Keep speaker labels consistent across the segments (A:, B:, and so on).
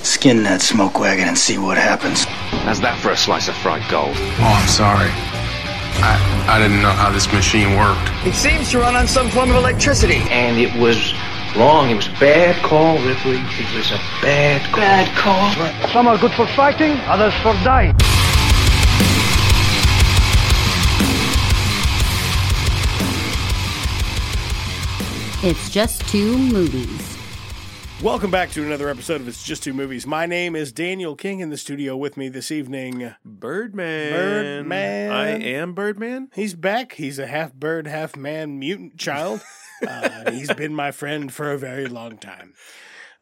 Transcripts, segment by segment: A: Skin that smoke wagon and see what happens.
B: How's that for a slice of fried gold?
C: Oh, I'm sorry. I, I didn't know how this machine worked.
D: It seems to run on some form of electricity.
E: And it was wrong. It was a bad call, Ripley. It was a bad call.
F: Bad call.
G: Some are good for fighting, others for dying.
H: It's just two movies.
I: Welcome back to another episode of It's Just Two Movies. My name is Daniel King in the studio with me this evening.
J: Birdman.
I: Birdman.
J: I am Birdman.
I: He's back. He's a half bird, half man mutant child. uh, he's been my friend for a very long time.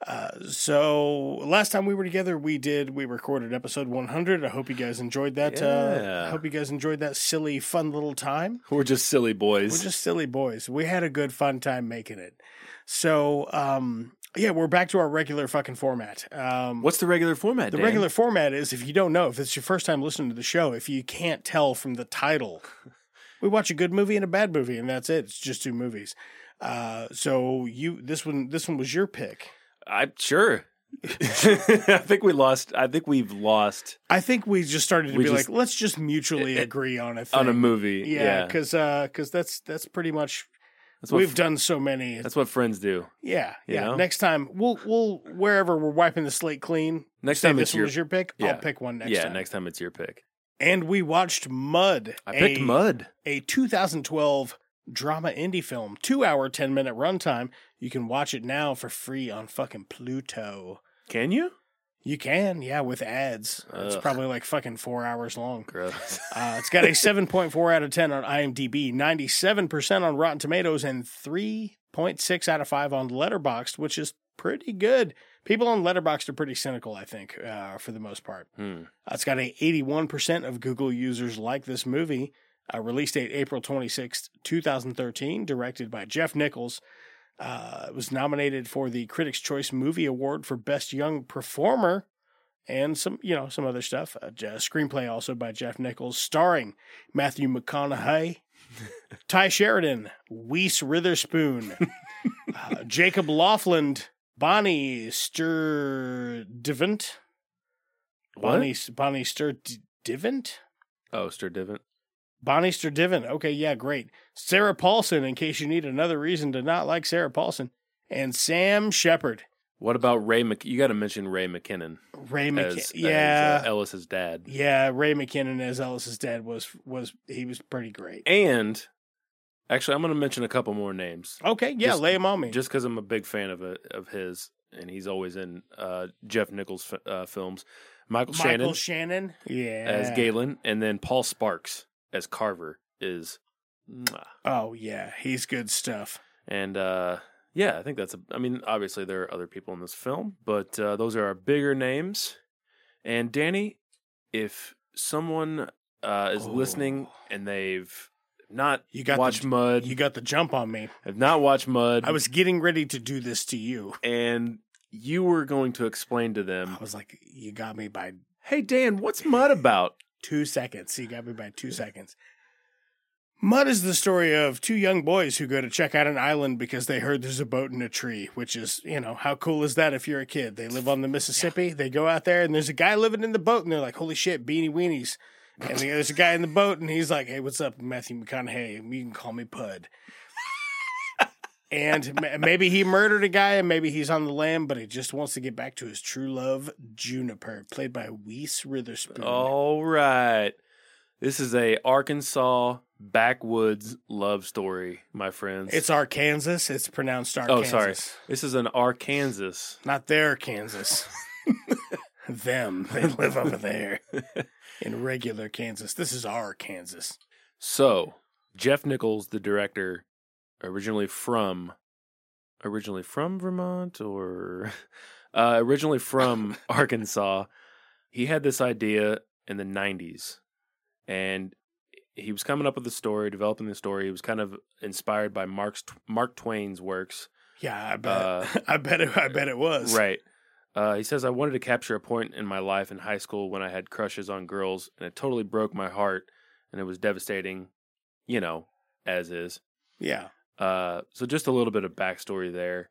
I: Uh, so last time we were together, we did we recorded episode 100. I hope you guys enjoyed that. Uh,
J: Yeah.
I: I hope you guys enjoyed that silly, fun little time.
J: We're just silly boys.
I: We're just silly boys. We had a good fun time making it. So, um, yeah, we're back to our regular fucking format. Um,
J: What's the regular format?
I: the
J: Dan?
I: regular format is if you don't know, if it's your first time listening to the show, if you can't tell from the title, we watch a good movie and a bad movie, and that's it. It's just two movies. Uh, so you this one this one was your pick.
J: I sure. I think we lost. I think we've lost
I: I think we just started to
J: We
I: be
J: just-
I: like, let's just mutually
J: It- it-
I: agree on a thing.
J: on a movie.
I: yeah, because that's that's pretty much
J: that's what
I: we've
J: f-
I: done so many. It's-
J: That's what friends do.
I: Yeah,
J: You
I: yeah.
J: know?
I: Next time we'll we'll wherever we're wiping the slate clean.
J: Next
I: say
J: time
I: this
J: it's
I: one
J: your-
I: was your pick.
J: yeah.
I: I'll pick one next
J: yeah,
I: time.
J: next time it's your pick.
I: And we watched Mud.
J: I picked
I: a,
J: Mud.
I: a 2012 drama indie film, two hour, ten minute runtime. You can watch it now for free on fucking Pluto.
J: Can you?
I: You can, yeah, with ads. It's
J: Ugh.
I: probably like fucking four hours long.
J: Gross.
I: Uh, it's got a 7.4 out of 10 on IMDb, 97% on Rotten Tomatoes, and 3.6 out of 5 on Letterboxd, which is pretty good. People on Letterboxd are pretty cynical, I think, uh, for the most part.
J: hmm.
I: Uh, it's got a 81% of Google users like this movie. Uh, release date April 26th, 2013, directed by Jeff Nichols. Uh, it was nominated for the Critics' Choice Movie Award for Best Young Performer and some, you know, some other stuff. A, j- a screenplay also by Jeff Nichols, starring Matthew McConaughey, Ty Sheridan, Weiss Ritherspoon, uh, Jacob Laughlin, Bonnie Sturdivant.
J: What?
I: Bonnie Bonnie Sturdivant?
J: Oh, Sturdivant.
I: Bonnie Sturdivant. Okay, yeah, great. Sarah Paulson, in case you need another reason to not like Sarah Paulson. And Sam Shepard.
J: What about Ray? Mc- you got to mention Ray McKinnon.
I: Ray McKinnon.
J: as,
I: yeah.
J: as, uh, Ellis's dad.
I: yeah, Ray McKinnon as Ellis's dad was was he was pretty great.
J: And actually, I'm going to mention a couple more names
I: Okay, yeah,
J: Just-
I: lay him on me.
J: just because I'm a big fan of a, of his, and he's always in uh, Jeff Nichols f- uh, films. Michael,
I: Michael
J: Shannon
I: Shannon. Yeah.
J: as Galen, and then Paul Sparks as Carver is. mwah.
I: Oh yeah, he's good stuff.
J: And uh, yeah, I think that's. A, I mean, obviously there are other people in this film, but uh, those are our bigger names. And Danny, if someone uh, is
I: Oh.
J: listening and they've not
I: You got the-
J: watched Mud,
I: You got the jump on me.
J: have not watched Mud,
I: I was getting ready to do this to you.
J: and you were going to explain to them,
I: I was like, you got me by
J: "Hey Dan, what's Mud about?"
I: two seconds. He got me by two seconds. Mud is the story of two young boys who go to check out an island because they heard there's a boat in a tree, which is, you know, how cool is that if you're a kid? They live on the Mississippi, they go out there, and there's a guy living in the boat, and they're like, holy shit, beanie weenies. And the- there's a guy in the boat, and he's like, hey, what's up, Matthew McConaughey? You can call me Pud. and ma- maybe he murdered a guy, and maybe he's on the land, but he just wants to get back to his true love, Juniper, played by Weiss Ritherspoon.
J: All right, this is a Arkansas backwoods love story, my friends.
I: It's Arkansas. It's pronounced
J: oh,
I: Arkansas.
J: sorry, this is an Arkansas.
I: Not their Kansas. Them. They live over there in regular Kansas. This is our Kansas.
J: So, Jeff Nichols, the director, originally from originally from Vermont or uh, originally from Arkansas, he had this idea in the 90s and he was coming up with the story, developing the story. He was kind of inspired by Mark's Mark Twain's works
I: Yeah, I bet.
J: Uh,
I: I bet. It, I bet it was.
J: Right. Uh, he says, I wanted to capture a point in my life in high school when I had crushes on girls, and it totally broke my heart, and it was devastating, you know, as is.
I: Yeah.
J: Uh, so just a little bit of backstory there.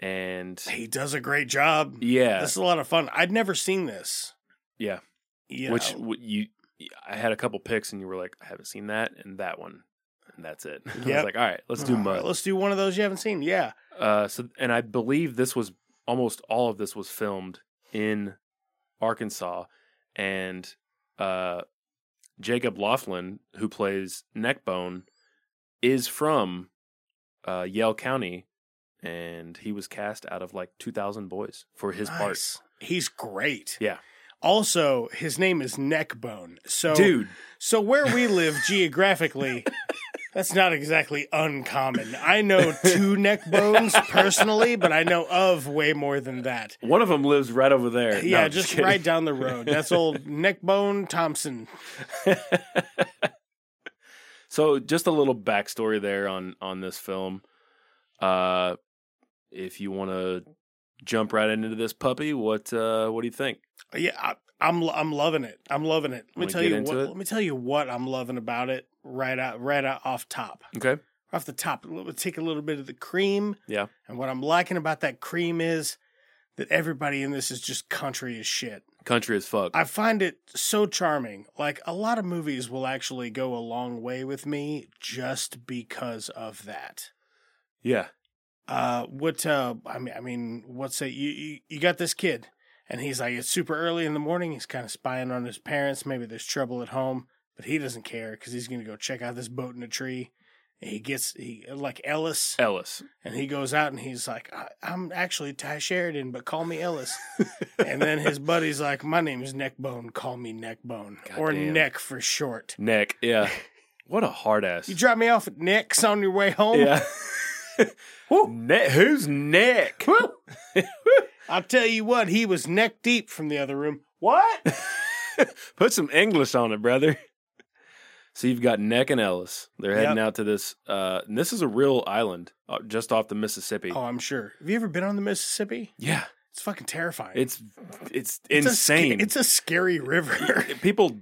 J: and
I: He does a great job.
J: yeah,
I: This is a lot of fun. I'd never seen this.
J: Yeah.
I: You
J: which
I: know.
J: w- you, I had a couple picks, and you were like, I haven't seen that and that one, and that's it. I
I: Yep.
J: was like, all right, let's do
I: All right,
J: Mud.
I: Let's do one of those you haven't seen. Yeah.
J: Uh, so, and I believe this was almost all of this was filmed in Arkansas, and uh, Jacob Laughlin, who plays Neckbone, is from uh, Yell County, and he was cast out of like two thousand boys for his part.
I: Nice. He's great.
J: Yeah.
I: Also, his name is Neckbone. So
J: Dude,
I: So where we live geographically, that's not exactly uncommon. I know two neck bones personally, but I know of way more than that.
J: one of them lives right over there. No,
I: Yeah,
J: I'm
I: just
J: kidding.
I: right down the road. That's old Neckbone Thompson.
J: so just a little backstory there on on this film uh if you want to jump right into this puppy what uh what do you think
I: Yeah, I, I'm lo- I'm loving it. I'm loving it. Let me
J: Wanna
I: tell
J: get
I: you
J: into
I: what.
J: it?
I: Let me tell you what I'm loving about it. Right out, right out off top,
J: okay
I: off the top. Let's take a little bit of the cream.
J: yeah
I: And what I'm liking about that cream is that everybody in this is just country as shit.
J: country as fuck
I: I find it so charming. Like a lot of movies will actually go a long way with me just because of that.
J: yeah
I: Uh, what? Uh, I mean, I mean, what's it? You, you you got this kid, and he's like, it's super early in the morning. He's kind of spying on his parents. Maybe there's trouble at home, but he doesn't care because he's gonna go check out this boat in a tree. And he gets he like Ellis,
J: ellis
I: and he goes out and he's like, I, I'm actually Ty Sheridan, but call me Ellis. and then his buddy's like, My name is Neckbone. Call me Neckbone or
J: Goddamn.
I: Neck for short.
J: neck yeah what a hard ass
I: You drop me off at Neck's on your way home.
J: yeah ne- who's neck
I: Woo! I'll tell you what, he was neck deep from the other room. What?
J: Put some English on it, brother. So you've got Neck and Ellis. They're heading
I: Yep.
J: out to this. Uh, and this is a real island uh, just off the Mississippi.
I: Oh, I'm sure. Have you ever been on the Mississippi?
J: Yeah,
I: It's fucking terrifying.
J: it's it's
I: It's a sca-
J: insane.
I: it's a scary river.
J: People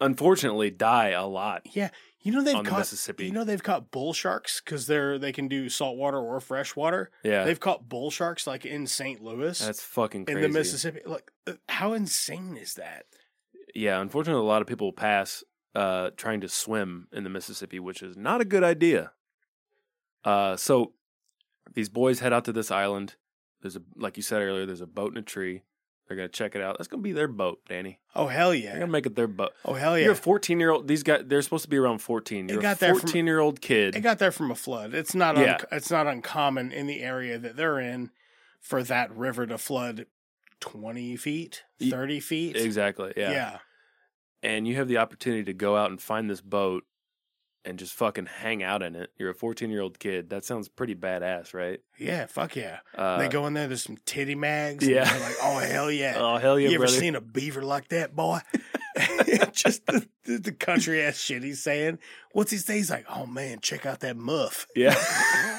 J: unfortunately die a lot.
I: yeah. You know they've
J: On the
I: caught
J: Mississippi.
I: You know they've caught bull sharks because they're they can do saltwater or freshwater.
J: Yeah,
I: They've caught bull sharks like in St. Louis
J: that's fucking
I: in
J: crazy.
I: the Mississippi. Like, uh, how insane is that?
J: Yeah, unfortunately, a lot of people pass uh, trying to swim in the Mississippi, which is not a good idea. Uh, so these boys head out to this island. There's a, like you said earlier, there's a boat in a tree. They're gonna check it out. That's gonna be their boat, Danny.
I: Oh hell
J: They're
I: yeah!
J: gonna make it their boat.
I: Oh hell
J: You're a
I: yeah!
J: 14 year old. These guys, they're supposed to be around 14.
I: It
J: You're
I: got
J: a
I: there from-
J: 14 year old kid.
I: It got there from a flood. It's not
J: Yeah.
I: unc it's not uncommon in the area that they're in for that river to flood twenty feet,
J: Y-
I: thirty feet.
J: exactly.
I: Yeah.
J: Yeah. And you have the opportunity to go out and find this boat and just fucking hang out in it. You're a 14 year old kid. That sounds pretty badass, right?
I: Yeah, fuck yeah.
J: Uh,
I: they go in there, there's some titty mags.
J: yeah.
I: Yeah. like, oh, hell yeah.
J: Oh hell yeah,
I: you ever
J: brother!
I: seen a beaver like that, boy? Just the, the, the country ass shit he's saying. What's he say? He's like, oh man, check out that muff.
J: yeah,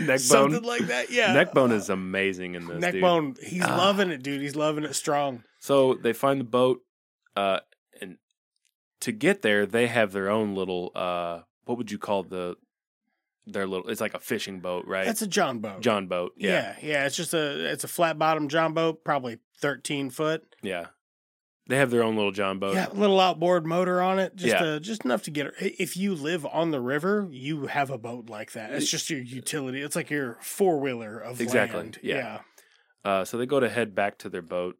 J: neck
I: Something
J: bone.
I: like that. Yeah.
J: neck bone is amazing in this. dude. Ah.
I: Neckbone, he's loving it, dude. He's loving it strong.
J: So they find the boat, uh, and to get there, they have their own little. Uh, what would you call the? Their little. It's like a fishing boat, right?
I: That's a John boat.
J: John boat. Yeah,
I: yeah, yeah. It's just a it's a flat bottom John boat, probably thirteen foot.
J: yeah. They have their own little John boat.
I: Yeah, little outboard motor on it, just
J: Oh, Yeah.
I: uh, just enough to get her. i- If you live on the river, you have a boat like that. It's just your utility. It's like your four wheeler of
J: Exactly,
I: land.
J: yeah. Uh, so they go to head back to their boat,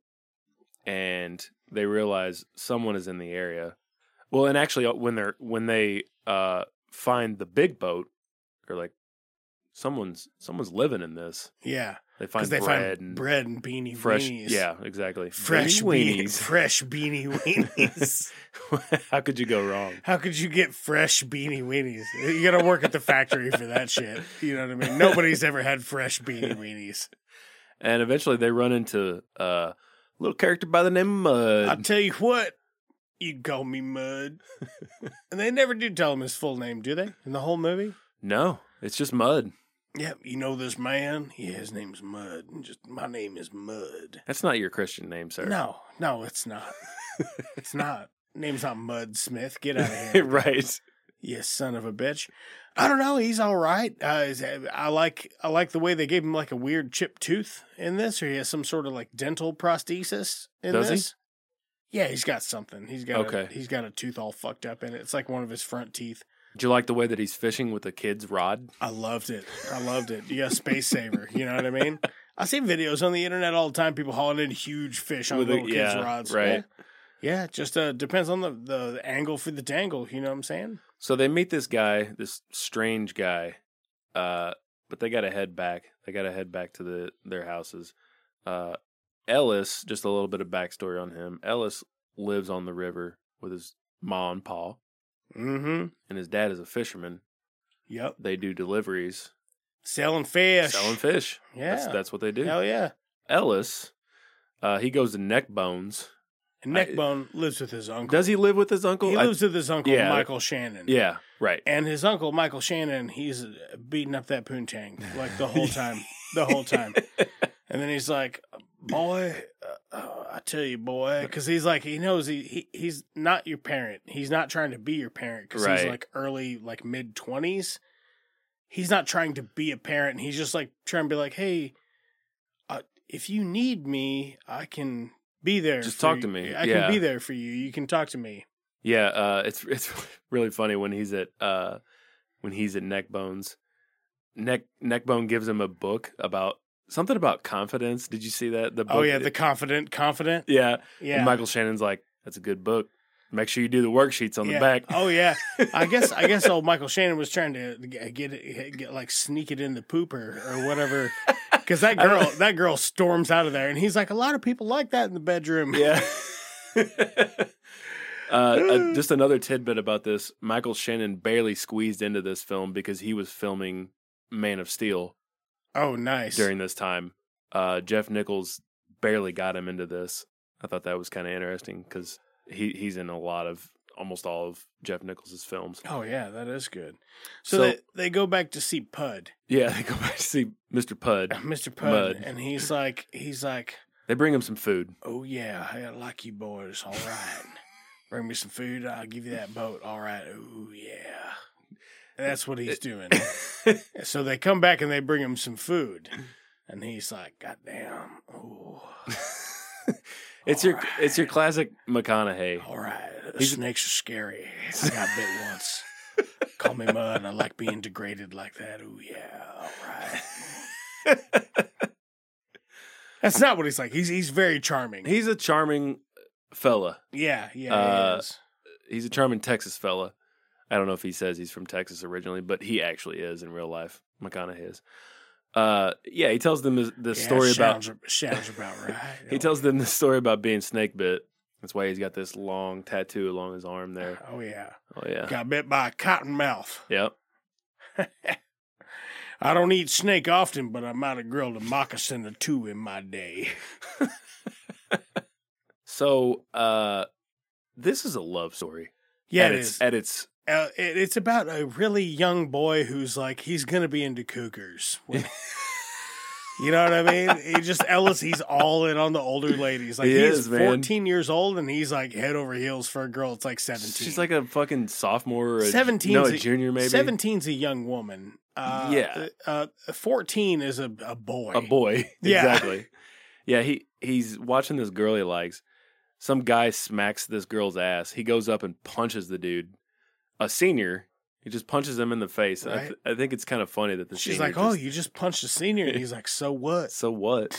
J: and they realize someone is in the area. Well, and actually, uh, when they're when they uh, find the big boat, they're like, someone's someone's living in this.
I: yeah,
J: They find
I: because they
J: bread
I: find
J: and
I: bread and beanie
J: fresh.
I: weenies.
J: Yeah, exactly.
I: fresh
J: Beanie
I: beanie, fresh beanie weenies.
J: How could you go wrong?
I: How could you get fresh beanie weenies? You got to work at the factory for that shit. You know what I mean? Nobody's ever had fresh beanie weenies.
J: And eventually, they run into uh, a little character by the name of
I: I'll
J: Mud.
I: tell you what, you'd call me Mud. and they never do tell him his full name, do they? In the whole movie?
J: no, it's just Mud.
I: Yep, you know this man? Yeah, his name's Mud. And just my name is Mud.
J: That's not your Christian name, sir.
I: No, no, it's not. it's not. Name's not Mud Smith. Get out of here.
J: right.
I: You son of a bitch. I don't know. He's all right. Uh, is- I like I like the way they gave him like a weird chipped tooth in this, or he has some sort of like dental prosthesis in
J: Does he?
I: this. Yeah, he's got something. He's got a,
J: Okay.
I: he's got a tooth all fucked up in it. It's like one of his front teeth.
J: Do you like the way that he's fishing with a kid's rod?
I: I loved it. I loved it. You got Space Saver. You know what I mean? I see videos on the internet all the time. People hauling in huge fish on
J: With a-
I: little kids'
J: yeah,
I: rods.
J: right.
I: Yeah. Yeah, it just uh, depends on the, the angle for the dangle. You know what I'm saying?
J: So they meet this guy, this strange guy, uh, but they gotta head back. They gotta head back to the their houses. Uh, Ellis, just a little bit of backstory on him. Ellis lives on the river with his ma and pa,
I: Mm-hmm.
J: and his dad is a fisherman.
I: Yep.
J: They do deliveries,
I: Selling fish.
J: selling fish.
I: Yeah.
J: That's, that's what they do.
I: Hell yeah.
J: Ellis, uh, he goes to Neck Bones.
I: And
J: I-
I: Neckbone lives with his uncle.
J: Does he live with his uncle?
I: He
J: I-
I: lives with his uncle,
J: yeah.
I: Michael Shannon.
J: yeah, right.
I: And his uncle, Michael Shannon, he's beating up that poontang like the whole time. the whole time. And then he's like, boy, uh, uh, I tell you, boy, because he's like, he knows he, he he's not your parent. He's not trying to be your parent because he's
J: Right.
I: like early, like mid 20s. He's not trying to be a parent. He's just like trying to be like, hey, uh, if you need me, I can be there.
J: Just
I: for
J: talk to
I: you.
J: me.
I: I
J: Yeah.
I: can be there for you. You can talk to me.
J: Yeah, uh, it's it's really funny when he's at uh, when he's at Neckbones. Neck Neckbone gives him a book about something about confidence. Did you see that? The book,
I: Oh, yeah. The confident, confident.
J: yeah.
I: Yeah.
J: And Michael Shannon's like, "That's a good book. Make sure you do the worksheets on
I: yeah.
J: the back."
I: Oh yeah, I guess I guess old Michael Shannon was trying to g- get it, get like sneak it in the pooper or whatever, because that
J: I
I: girl that girl storms out of there and he's like, a lot of people like that in the bedroom.
J: Yeah. uh, uh, just another tidbit about this: Michael Shannon barely squeezed into this film because he was filming Man of Steel
I: Oh nice.
J: during this time. Uh, Jeff Nichols barely got him into this. I thought that was kind of interesting because he he's in a lot of almost all of Jeff Nichols' films.
I: oh yeah, that is good. So,
J: So-
I: they, they go back to see Pud,
J: Yeah, they go back to see Mr. Pud.
I: Mr. Pud,
J: Mud.
I: and he's like he's like,
J: They bring him some food.
I: oh yeah, I like you boys. All right, bring me some food. I'll give you that boat. All right. Oh yeah. And that's what he's doing. So they come back and they bring him some food, and he's like, "God damn, ooh,
J: it's your it's your classic McConaughey.
I: all right,
J: He's-
I: snakes are scary. I got bit once. Call me mud. I like being degraded like that. Ooh yeah, all right." That's not what he's like. He's he's very charming.
J: He's a charming fella.
I: yeah, yeah,
J: Uh,
I: he is.
J: He's a charming Texas fella. I don't know if he says he's from Texas originally, but he actually is in real life. McConaughey is. Uh, yeah, he tells them this, this
I: Yeah,
J: story about
I: sounds, sounds about right.
J: He tells them the story about being snake bit. That's why he's got this long tattoo along his arm there.
I: "Oh yeah,
J: Oh yeah.
I: got bit by a cottonmouth.
J: Yep.
I: I don't eat snake often, but I might have grilled a moccasin or two in my day."
J: So uh this is a love story.
I: Yeah,
J: at
I: it
J: its
I: is.
J: at its
I: uh, it, it's about a really young boy who's like he's gonna be into cougars. When- you know what I mean? He just Ellis, he's all in on the older ladies. Like
J: He
I: he, is,
J: is, man.
I: 14 years old and he's like head over heels for a girl. It's like 17.
J: she's like a fucking sophomore or a,
I: 17
J: no,
I: is
J: a
I: a-
J: junior maybe.
I: 17's a young woman. Uh,
J: Yeah.
I: Uh, uh, 14 is a, a boy.
J: A boy.
I: Yeah.
J: exactly. Yeah, he he's watching this girl he likes. Some guy smacks this girl's ass. He goes up and punches the dude. A senior. He just punches him in the face. I, th- I think it's kind of funny that the
I: She's
J: senior
I: like, oh,
J: just-
I: you just punched a senior. And he's like, so what?
J: So what?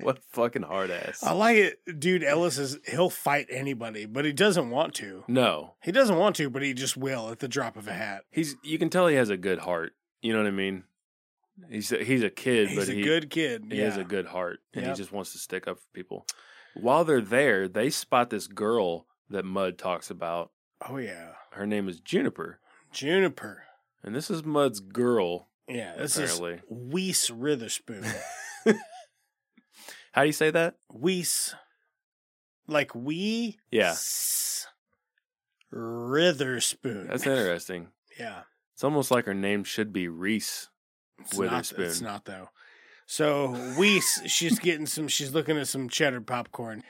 J: what fucking hard ass?
I: I like it. Dude, Ellis is, he'll fight anybody, but he doesn't want to.
J: no,
I: He doesn't want to, but he just will at the drop of a hat.
J: he's. You can tell he has a good heart. You know what I mean? He's a, he's a kid,
I: He's
J: but
I: a
J: he
I: good kid.
J: he
I: yeah.
J: has a good heart, and
I: Yep.
J: he just wants to stick up for people. While they're there, they spot this girl that Mud talks about.
I: Oh yeah,
J: Her name is Juniper,
I: Juniper.
J: and this is Mud's girl.
I: Yeah, this
J: Apparently.
I: is Weiss Ritherspoon.
J: How do you say that?
I: Weiss, like we.
J: Yeah.
I: s- Ritherspoon.
J: That's interesting.
I: yeah.
J: It's almost like her name should be Reese.
I: It's not,
J: Witherspoon.
I: it's not though. So Weiss, she's getting some. She's looking at some cheddar popcorn.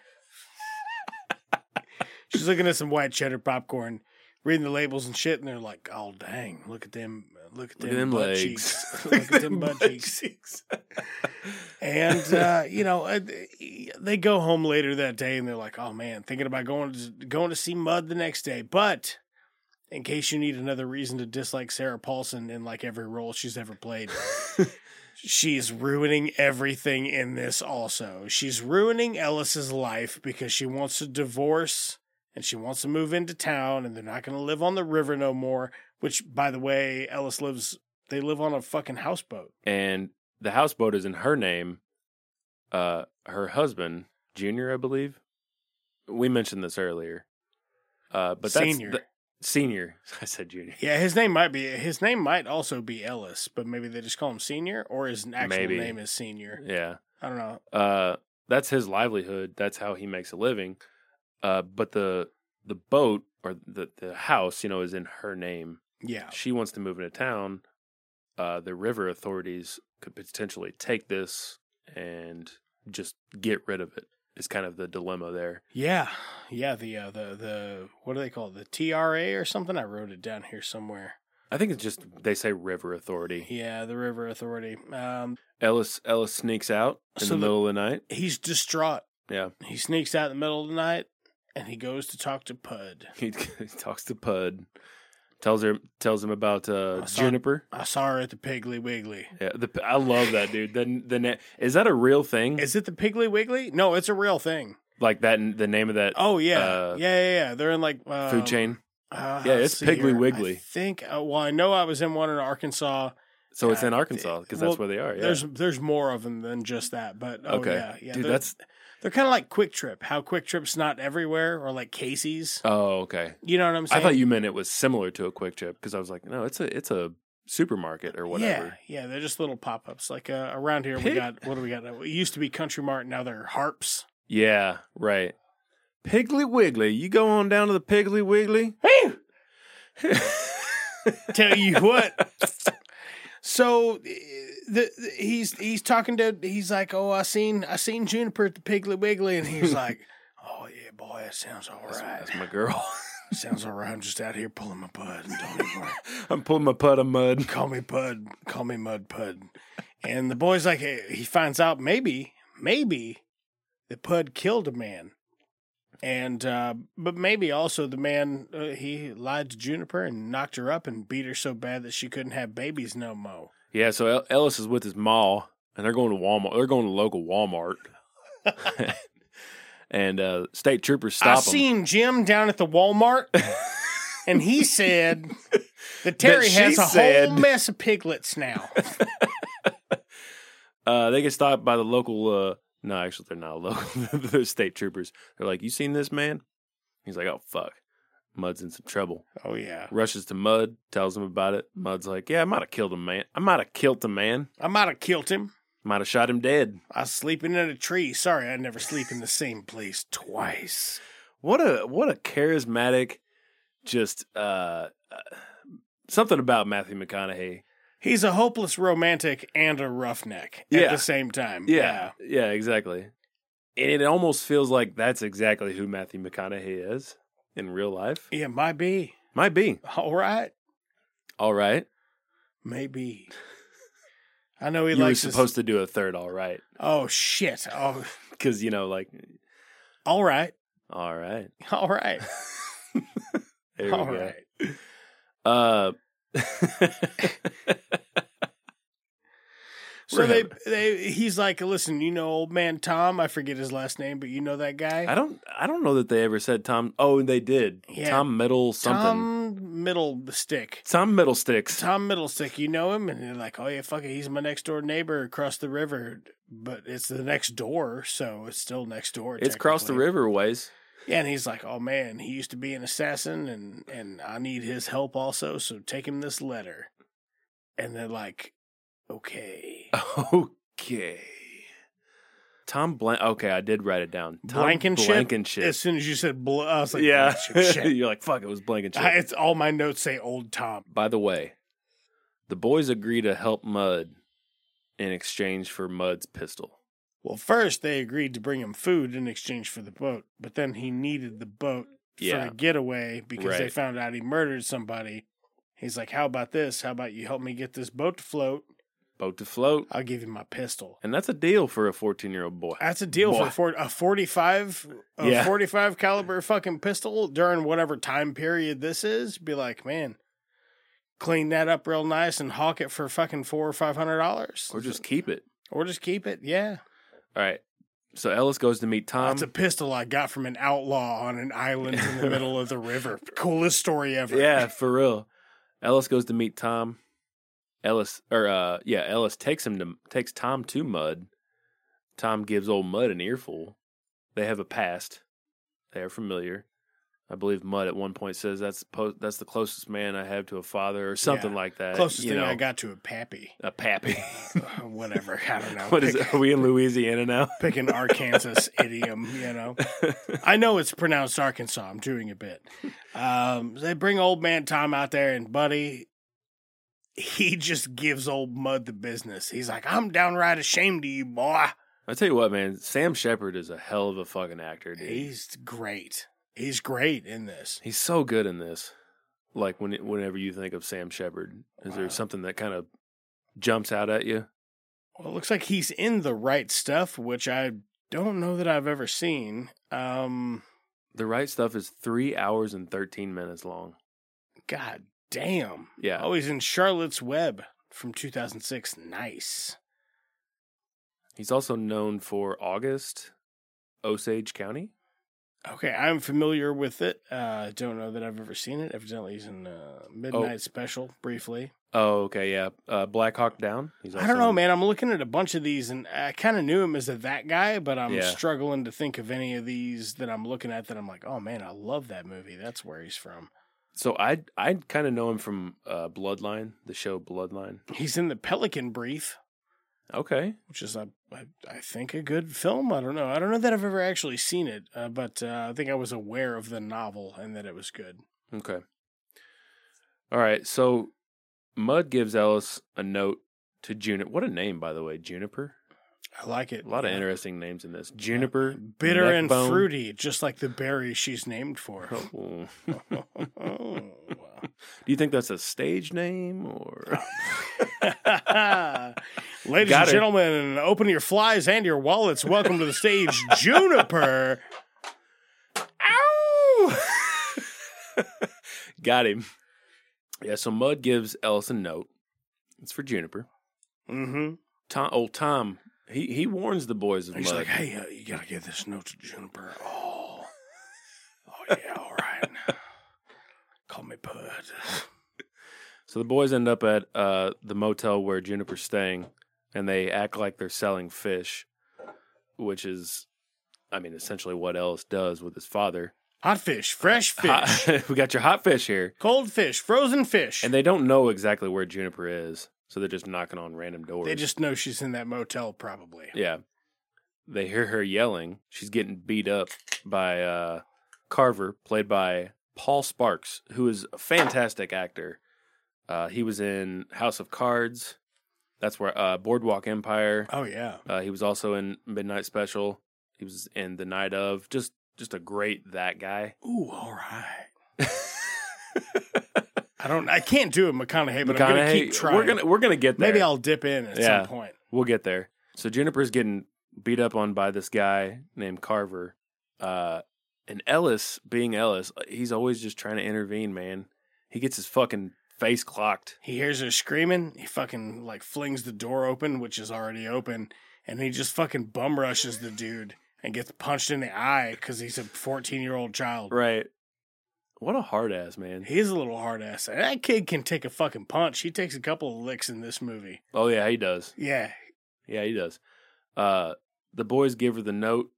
I: she's looking at some white cheddar popcorn. reading the labels and shit, and they're like, "Oh dang, look at them, look at them,
J: Look at them
I: butt
J: legs.
I: cheeks, look at them butt cheeks."
J: cheeks.
I: And uh, you know, uh, they go home later that day, and they're like, "Oh man, thinking about going to, going to see Mud the next day." But in case you need another reason to dislike Sarah Paulson in like every role she's ever played. She's ruining everything in this also. She's ruining Ellis's life because she wants to divorce and she wants to move into town and they're not going to live on the river no more, which by the way, Ellis lives they live on a fucking houseboat.
J: and the houseboat is in her name. Uh, her husband, Junior, I believe. We mentioned this earlier. Uh, but that's
I: Senior.
J: the- senior. I said Junior.
I: Yeah, his name might be his name might also be Ellis, but maybe they just call him Senior or his actual
J: Maybe.
I: name is Senior.
J: Yeah.
I: I don't know.
J: Uh, that's his livelihood. That's how he makes a living. Uh, but the the boat or the the house, you know, is in her name.
I: Yeah.
J: She wants to move into town. Uh, the river authorities could potentially take this and just get rid of it. Is kind of the dilemma there.
I: Yeah, yeah. The uh, the the what do they call it? The TRA or something? I wrote it down here somewhere.
J: I think it's just they say river authority.
I: Yeah, the River Authority. Um,
J: Ellis Ellis sneaks out in
I: So
J: the
I: the-
J: middle of the night.
I: he's distraught.
J: Yeah,
I: He sneaks out in the middle of the night and he goes to talk to Pud.
J: he, he talks to Pud, tells her tells him about uh,
I: I saw-
J: Juniper.
I: I saw her at the Piggly Wiggly.
J: Yeah, the, I love that dude. The the na- is that a real thing?
I: Is it the Piggly Wiggly? No, it's a real thing.
J: like that the name of that
I: Oh yeah,
J: Uh,
I: yeah, yeah, yeah. They're in like uh,
J: food chain?
I: uh,
J: Yeah, it's
I: see
J: Piggly
I: here.
J: Wiggly.
I: I think. Uh, well, I know I was in one in Arkansas.
J: So it's in
I: uh,
J: Arkansas because
I: well,
J: that's where they are. Yeah.
I: There's there's more of them than just that, but oh,
J: okay,
I: yeah, yeah.
J: dude,
I: they're-
J: that's
I: They're kind of like Quick Trip. How Quick Trip's not everywhere, or like Casey's.
J: oh okay.
I: You know what I'm
J: I
I: saying?
J: thought you meant it was similar to a Quick Trip because I was like, no, it's a it's a supermarket or whatever.
I: Yeah, yeah. They're just little pop ups. Like uh, around here, we
J: Pig-
I: got what do we got? It used to be Country Mart. Now they're Harps.
J: Yeah, right. Piggly Wiggly, you go on down to the Piggly Wiggly.
I: Tell you what. So uh, the, the- he's he's talking to he's like, oh, I seen I seen Juniper at the Piggly Wiggly, and he's like, oh yeah, boy, that sounds all right.
J: That's my girl.
I: Sounds all right. I'm just out here pulling my bud. and Don't even worry.
J: I'm pulling my putt of mud.
I: call me Pud, call me Mud Pud. And the boy's like, hey, he finds out maybe, maybe the Pud killed a man. And, uh, but maybe also the man, uh, he lied to Juniper and knocked her up and beat her so bad that she couldn't have babies no more.
J: Yeah, so El- Ellis is with his ma, and they're going to Walmart. They're going to local Walmart, and uh, state troopers
I: I
J: stop them.
I: seen Jim down at the Walmart and he said that Terry
J: she
I: has a
J: said-
I: whole mess of piglets now.
J: Uh, they get stopped by the local. Uh, no, actually, they're not local. they're state troopers. They're like, "You seen this man?" He's like, "Oh fuck, Mud's in some trouble."
I: oh, yeah.
J: Rushes to Mud, tells him about it. Mud's like, "Yeah, I might have killed a man. I might have killed the man.
I: I might have killed him.
J: Might have shot him dead."
I: I was sleeping in a tree. Sorry, I never sleep in the same place twice.
J: What a what a charismatic, just uh, uh, something about Matthew McConaughey.
I: He's a hopeless romantic and a roughneck at
J: Yeah.
I: the same time.
J: Yeah, yeah, exactly. And it almost feels like that's exactly who Matthew McConaughey is in real life.
I: Yeah, might be.
J: Might be.
I: All right.
J: All right.
I: Maybe. I know he
J: you were
I: likes his-
J: supposed to do a third all right
I: Oh shit. Oh
J: because you know like
I: all right.
J: all right
I: All right.
J: there we
I: All
J: go.
I: right.
J: uh
I: So they,
J: Right.
I: they he's like, listen, you know old man Tom, I forget his last name, but you know that guy?
J: i don't i don't know that they ever said tom oh they did
I: Yeah.
J: tom middle something tom,
I: Tom Middle Stick.
J: middle sticks
I: Tom Middlestick, you know him, and they're like, "Oh yeah, fuck it, he's my next door neighbor across the river." But it's the next door, so it's still next door.
J: it's across the
I: technically.
J: river ways
I: Yeah, and he's like, "Oh man, he used to be an assassin, and and I need his help also. So take him this letter." And they're like, "Okay,
J: okay tom blank okay i did write it down tom
I: Blankenship?
J: blankenship
I: As soon as you said, bl- I was like,
J: yeah
I: "Blankenship, shit."
J: you're like fuck it was blankenship
I: I- it's all my notes say old Tom.
J: By the way, the boys agree to help Mud in exchange for Mud's pistol.
I: Well, first they agreed to bring him food in exchange for the boat, but then he needed the boat
J: Yeah.
I: for a getaway because they
J: Right.
I: found out he murdered somebody. He's like, How about this? How about you help me get this boat to float?
J: boat to float.
I: I'll give you my pistol.
J: And that's a deal for a 14 year old boy.
I: That's a deal for
J: Boy.
I: a for a 45 a
J: Yeah.
I: 45 caliber fucking pistol during whatever time period this is. Be like, man, clean that up real nice and hawk it for fucking four or five hundred dollars,
J: Or just keep it.
I: or just keep it. Yeah,
J: All right. So Ellis goes to meet Tom.
I: that's a pistol I got from an outlaw on an island in the middle of the river. Coolest story ever.
J: yeah, for real. Ellis goes to meet Tom. Ellis or uh yeah, Ellis takes him to takes Tom to Mud. Tom gives old Mud an earful. They have a past. They are familiar. I believe Mud at one point says that's po- that's the closest man I have to a father or something
I: Yeah.
J: like that.
I: Closest
J: uh, you
I: thing I
J: know,
I: got to a pappy.
J: a pappy.
I: Whatever. I don't know.
J: what is
I: pick,
J: it? Are we in Louisiana now?
I: pick an Arkansas idiom, you know? I know it's pronounced Arkansas. I'm doing a bit. Um, they bring old man Tom out there, and buddy, he just gives old Mud the business. He's like, I'm downright ashamed of you, boy.
J: I tell you what, man, Sam Shepard is a hell of a fucking actor, dude.
I: He's great. He's great in this.
J: He's so good in this. Like when whenever you think of Sam Shepard, is there something that kind of jumps out at you?
I: Well, it looks like he's in the right stuff, which I don't know that I've ever seen. Um,
J: The right stuff is three hours and thirteen minutes long.
I: God damn.
J: Yeah,
I: Oh, he's in Charlotte's Web from 2006. Nice.
J: he's also known for August, Osage County.
I: Okay, I'm familiar with it. Uh, don't know that I've ever seen it. Evidently, he's in uh, Midnight Special briefly.
J: Oh, okay, yeah, uh, Black Hawk Down. He's
I: I don't know, man. I'm looking at a bunch of these, and I kind of knew him as a that guy, but I'm
J: Yeah.
I: struggling to think of any of these that I'm looking at that I'm like, oh man, I love that movie. That's where he's from.
J: So I I kind of know him from uh, Bloodline, the show Bloodline.
I: He's in the Pelican Brief,
J: Okay,
I: which is a, I, I think a good film. I don't know. I don't know that I've ever actually seen it, uh, but uh, I think I was aware of the novel and that it was good.
J: Okay. All right. So Mud gives Ellis a note to Juniper. What a name, by the way, Juniper.
I: I like it. Uh,
J: A lot of interesting names in this. Juniper,
I: bitter
J: neck
I: and
J: bone.
I: fruity, just like the berry she's named for.
J: Oh.
I: Oh.
J: Do you think that's a stage name or?
I: Oh. Ladies
J: Got
I: and
J: her.
I: gentlemen, open your flies and your wallets. Welcome to the stage, Juniper.
J: Ow! Got him. Yeah. So Mud gives Ellis a note. It's for Juniper.
I: Mm-hmm.
J: Tom. Old Tom. He he warns the boys of
I: He's
J: Mud.
I: like, hey, uh, you gotta give this note to Juniper. Oh, oh yeah, all right. Call me Bud.
J: So the boys end up at uh, the motel where Juniper's staying, and they act like they're selling fish, which is, I mean, essentially what Ellis does with his father.
I: Hot fish, fresh fish,
J: Hot- we got your hot fish here,
I: cold fish, frozen fish.
J: and they don't know exactly where Juniper is, so they're just knocking on random doors.
I: they just know she's in that motel, probably.
J: yeah. They hear her yelling. She's getting beat up by uh, Carver, played by Paul Sparks, who is a fantastic actor. Uh, he was in House of Cards. That's where uh, Boardwalk Empire.
I: Oh yeah.
J: Uh, he was also in Midnight Special. He was in The Night of. Just just a great that guy.
I: Ooh, all right. I don't. I can't do a McConaughey, but I'm gonna
J: McConaughey-
I: keep trying.
J: We're gonna we're gonna get there.
I: Maybe I'll dip in at
J: Yeah.
I: some point.
J: We'll get there. So Juniper's getting beat up on by this guy named Carver. Uh, and Ellis, being Ellis, uh, he's always just trying to intervene. Man, he gets his fucking face clocked.
I: He hears her screaming. He fucking like flings the door open, which is already open, and he just fucking bum rushes the dude and gets punched in the eye because he's a 14 year old child.
J: Right. What a hard ass man.
I: He's a little hard ass. And That kid can take a fucking punch. He takes a couple of licks in this movie.
J: Oh yeah, he does.
I: Yeah,
J: Yeah, he does. Uh, the boys give her the note.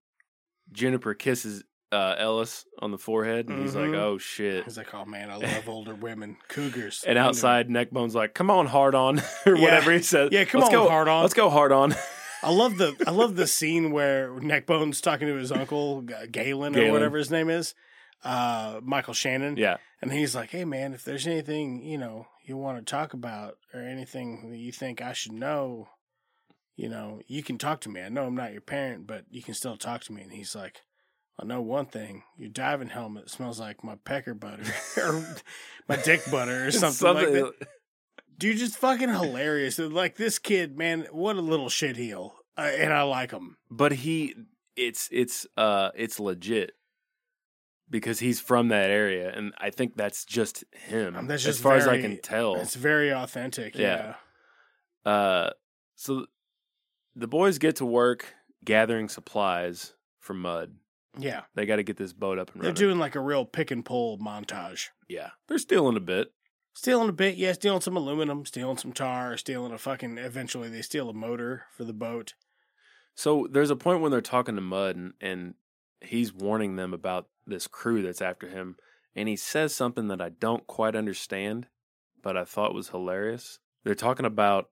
J: Juniper kisses uh, Ellis on the forehead, and he's like,
I: Mhm.
J: "Oh shit!"
I: he's like, oh man, I love older women, cougars.
J: And outside, Neckbone's like, "Come on, hard on," or
I: Yeah.
J: whatever he says.
I: Yeah, come
J: Let's
I: on,
J: go-
I: hard on."
J: Let's go, hard on.
I: I love the I love the scene where Neckbone's talking to his uncle G- Galen,
J: Galen.
I: or whatever his name is, uh, Michael Shannon.
J: yeah,
I: and he's like, "Hey man, if there's anything you know you want to talk about or anything that you think I should know, you know, you can talk to me. I know I'm not your parent, but you can still talk to me." And he's like, I know one thing: your diving helmet smells like my pecker butter or my dick butter or something, like that. Dude, just fucking hilarious. Like this kid, man, what a little shitheel, uh, and I like him.
J: But he, it's it's uh it's legit because he's from that area, and I think that's just him.
I: Um, that's
J: as
I: just
J: far as I
I: very-
J: can tell.
I: It's very authentic.
J: Yeah.
I: yeah.
J: Uh, so the boys get to work gathering supplies for mud.
I: Yeah,
J: They got to get this boat up and
I: they're
J: running.
I: doing like a real pick and pull montage.
J: yeah, they're stealing a bit.
I: Stealing a bit, yeah, stealing some aluminum, stealing some tar, stealing a fucking. Eventually, they steal a motor for the boat.
J: So there's a point when they're talking to Mud and, and he's warning them about this crew that's after him, and he says something that I don't quite understand, but I thought was hilarious. They're talking about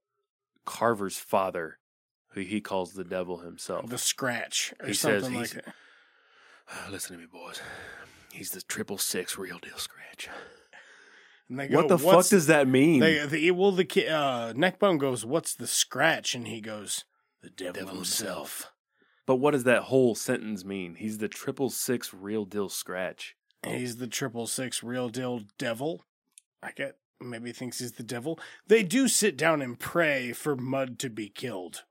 J: Carver's father, who he calls the devil himself.
I: The scratch or
J: Oh. He says
I: something like
J: he's-
I: that.
J: Listen to me, boys. He's the triple six real deal scratch.
I: And they go,
J: What the fuck
I: "What's
J: does that mean?
I: They, the well, the ki- uh, neckbone goes, "What's the scratch?" And he goes,
J: the devil, himself. But what does that whole sentence mean? He's the triple six real deal scratch.
I: "He's the triple six real deal devil." I get maybe he thinks he's the devil. They do sit down and pray for Mud to be killed.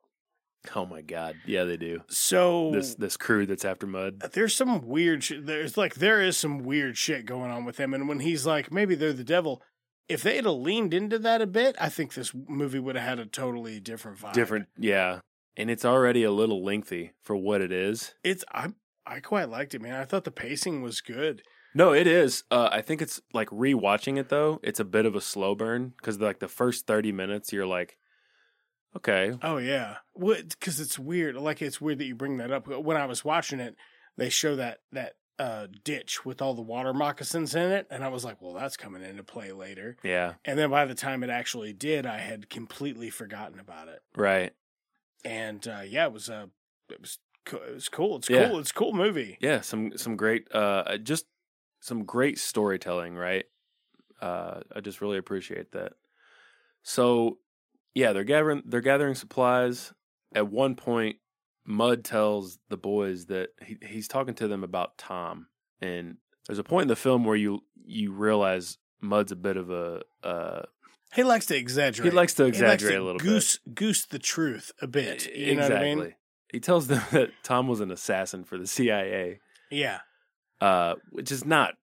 J: Oh my god. Yeah, they do.
I: So
J: This this crew that's after Mud.
I: there's some weird. Sh- there's like there is some weird shit going on with him. And when he's like, maybe they're the devil. If they had leaned into that a bit, I think this movie would have had a totally different vibe.
J: Different yeah. And it's already a little lengthy for what it is.
I: It's I I quite liked it, man. I thought the pacing was good.
J: No, it is. Uh, I think it's like rewatching it though. It's a bit of a slow burn because like the first thirty minutes, you're like, okay,
I: Oh yeah, what? Because it's weird. Like it's weird that you bring that up. When I was watching it, they show that that uh, ditch with all the water moccasins in it, and I was like, well, that's coming into play later.
J: yeah,
I: And then by the time it actually did, I had completely forgotten about it.
J: right,
I: And uh, yeah, it was a it was co- it was cool. It's
J: Yeah.
I: cool. It's a cool movie.
J: yeah. Some some great, uh, just some great storytelling, right? Uh, I just really appreciate that. So, yeah, they're gathering they're gathering supplies. At one point, Mud tells the boys that he, he's talking to them about Tom, and there's a point in the film where you you realize Mud's a bit of a uh,
I: He likes to exaggerate.
J: He likes to
I: to
J: exaggerate a little E,
I: goose, bit. Goose the truth a
J: bit.
I: bit. You know what I mean?
J: He tells them that Tom was an assassin for the CIA,
I: Yeah.
J: uh, which is not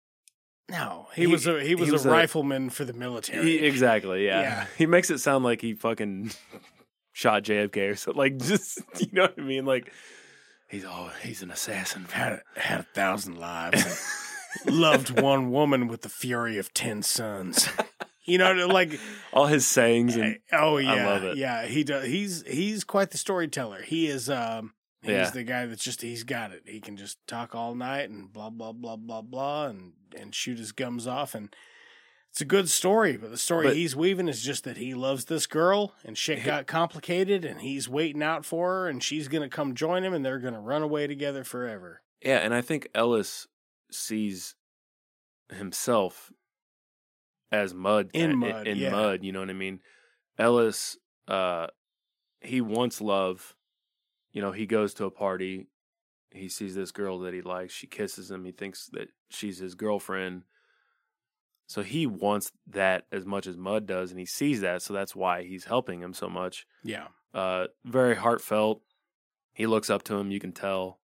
I: No, he,
J: He-
I: was a he was,
J: he was
I: a,
J: a-
I: rifleman for the military.
J: he, E, exactly. Yeah.
I: Yeah.
J: he makes it sound like he fucking shot JFK or something. Like just you know what I mean? Like he's oh he's an assassin. For
I: had had a thousand lives, loved one woman with the fury of ten sons. You know, like
J: all his sayings and
I: oh yeah,
J: love it.
I: yeah. He does. He's he's quite the storyteller. He is. um He's
J: Yeah.
I: the guy that's just he's got it. He can just talk all night and blah blah blah blah blah and and shoot his gums off and. It's a good story, but the story
J: But-
I: he's weaving is just that he loves this girl and shit got complicated and he's waiting out for her and she's going to come join him and they're going to run away together forever.
J: yeah, and I think Ellis sees himself as mud
I: In
J: uh,
I: Mud,
J: in
I: yeah.
J: mud. You know what I mean? Ellis, uh, he wants love. You know, he goes to a party. He sees this girl that he likes. She kisses him. He thinks that she's his girlfriend. So he wants that as much as Mud does, and he sees that. So that's why he's helping him so much.
I: Yeah.
J: Uh, very heartfelt. He looks up to him. You can tell.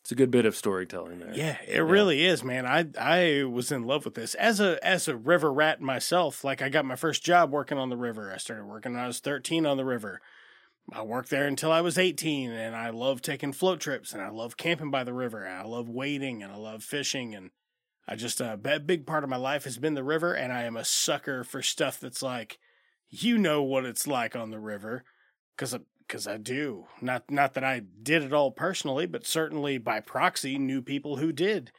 J: It's a good bit of storytelling there.
I: Yeah, it really is, man. I I was in love with this as a as a river rat myself. Like I got my first job working on the river. I started working when I was thirteen on the river. I worked there until I was eighteen, and I love taking float trips, and I love camping by the river, and I love wading, and I love fishing, and I just uh, a big part of my life has been the river, and I am a sucker for stuff that's like, you know what it's like on the river, because because I do. Not not that I did it all personally, but certainly by proxy knew people who did.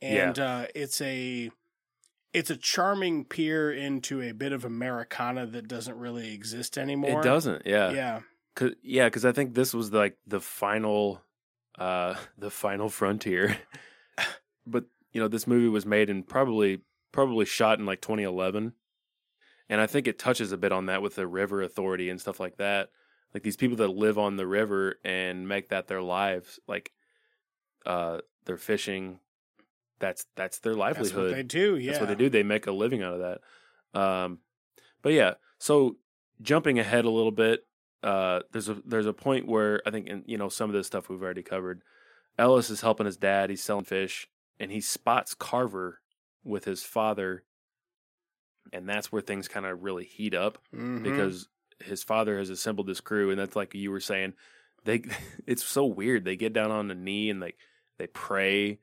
I: And uh, it's a it's a charming peer into a bit of Americana that doesn't really exist anymore.
J: It doesn't. Yeah.
I: Yeah.
J: Cause, yeah, because I think this was like the final, uh, the final frontier. but you know, this movie was made and probably probably shot in like 2011, and I think it touches a bit on that with the river authority and stuff like that. Like these people that live on the river and make that their lives, like, uh, They're fishing. That's that's their
I: That's what
J: livelihood.
I: they do. Yeah.
J: That's what they do. They make a living out of that. Um, but yeah, so jumping ahead a little bit, uh, there's a there's a point where I think and you know some of this stuff we've already covered. Ellis is helping his dad. He's selling fish, and he spots Carver with his father, and that's where things kind of really heat up
I: Mhm.
J: because his father has assembled this crew, and that's like you were saying. They, it's so weird. They get down on the knee and like they pray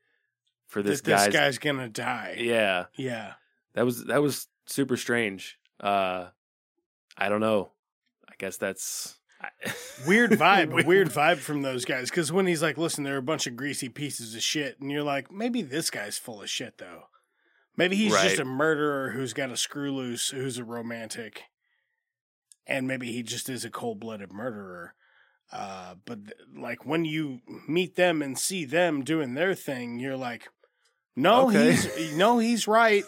J: for
I: That this,
J: this, guy's,
I: guy's gonna die.
J: Yeah,
I: Yeah.
J: that was that was super strange. Uh I don't know. I guess that's I-
I: Weird vibe, weird. vibe from those guys. Because when he's like, "Listen, they're a bunch of greasy pieces of shit," and you're like, "Maybe this guy's full of shit though. Maybe he's
J: Right.
I: just a murderer who's got a screw loose, who's a romantic, and maybe he just is a cold blooded murderer." Uh, but th- like when you meet them and see them doing their thing, you're like, "No,
J: Okay.
I: he's no, he's right.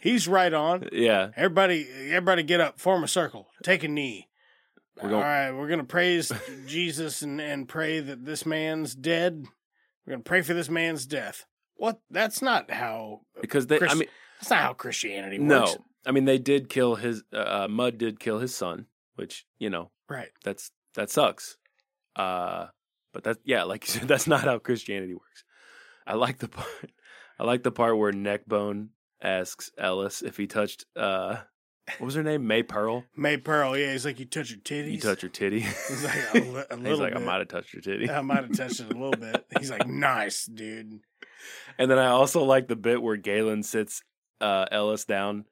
I: he's right on."
J: yeah.
I: Everybody, everybody, get up, form a circle, take a knee.
J: We're going-
I: All right, we're gonna praise Jesus and and pray that this man's dead. We're gonna pray for this man's death. What? That's not how.
J: Because they I
I: Chris-
J: mean
I: That's not how Christianity works.
J: no. I mean they did kill his uh, uh, Mud did kill his son, which, you know,
I: right?
J: that's that sucks. Uh but that yeah, like you said that's not how Christianity works. I like the part I like the part where Neckbone asks Ellis if he touched uh what was her name? May Pearl?
I: May Pearl, yeah, he's like, you touch your titties.
J: You touch her titty.
I: He's like, "Oh, a, li- a
J: And He's
I: little
J: like,
I: bit.
J: I might have touched your titty.
I: I might have touched it a little bit. He's like, nice, dude.
J: And then I also like the bit where Galen sits uh, Ellis down,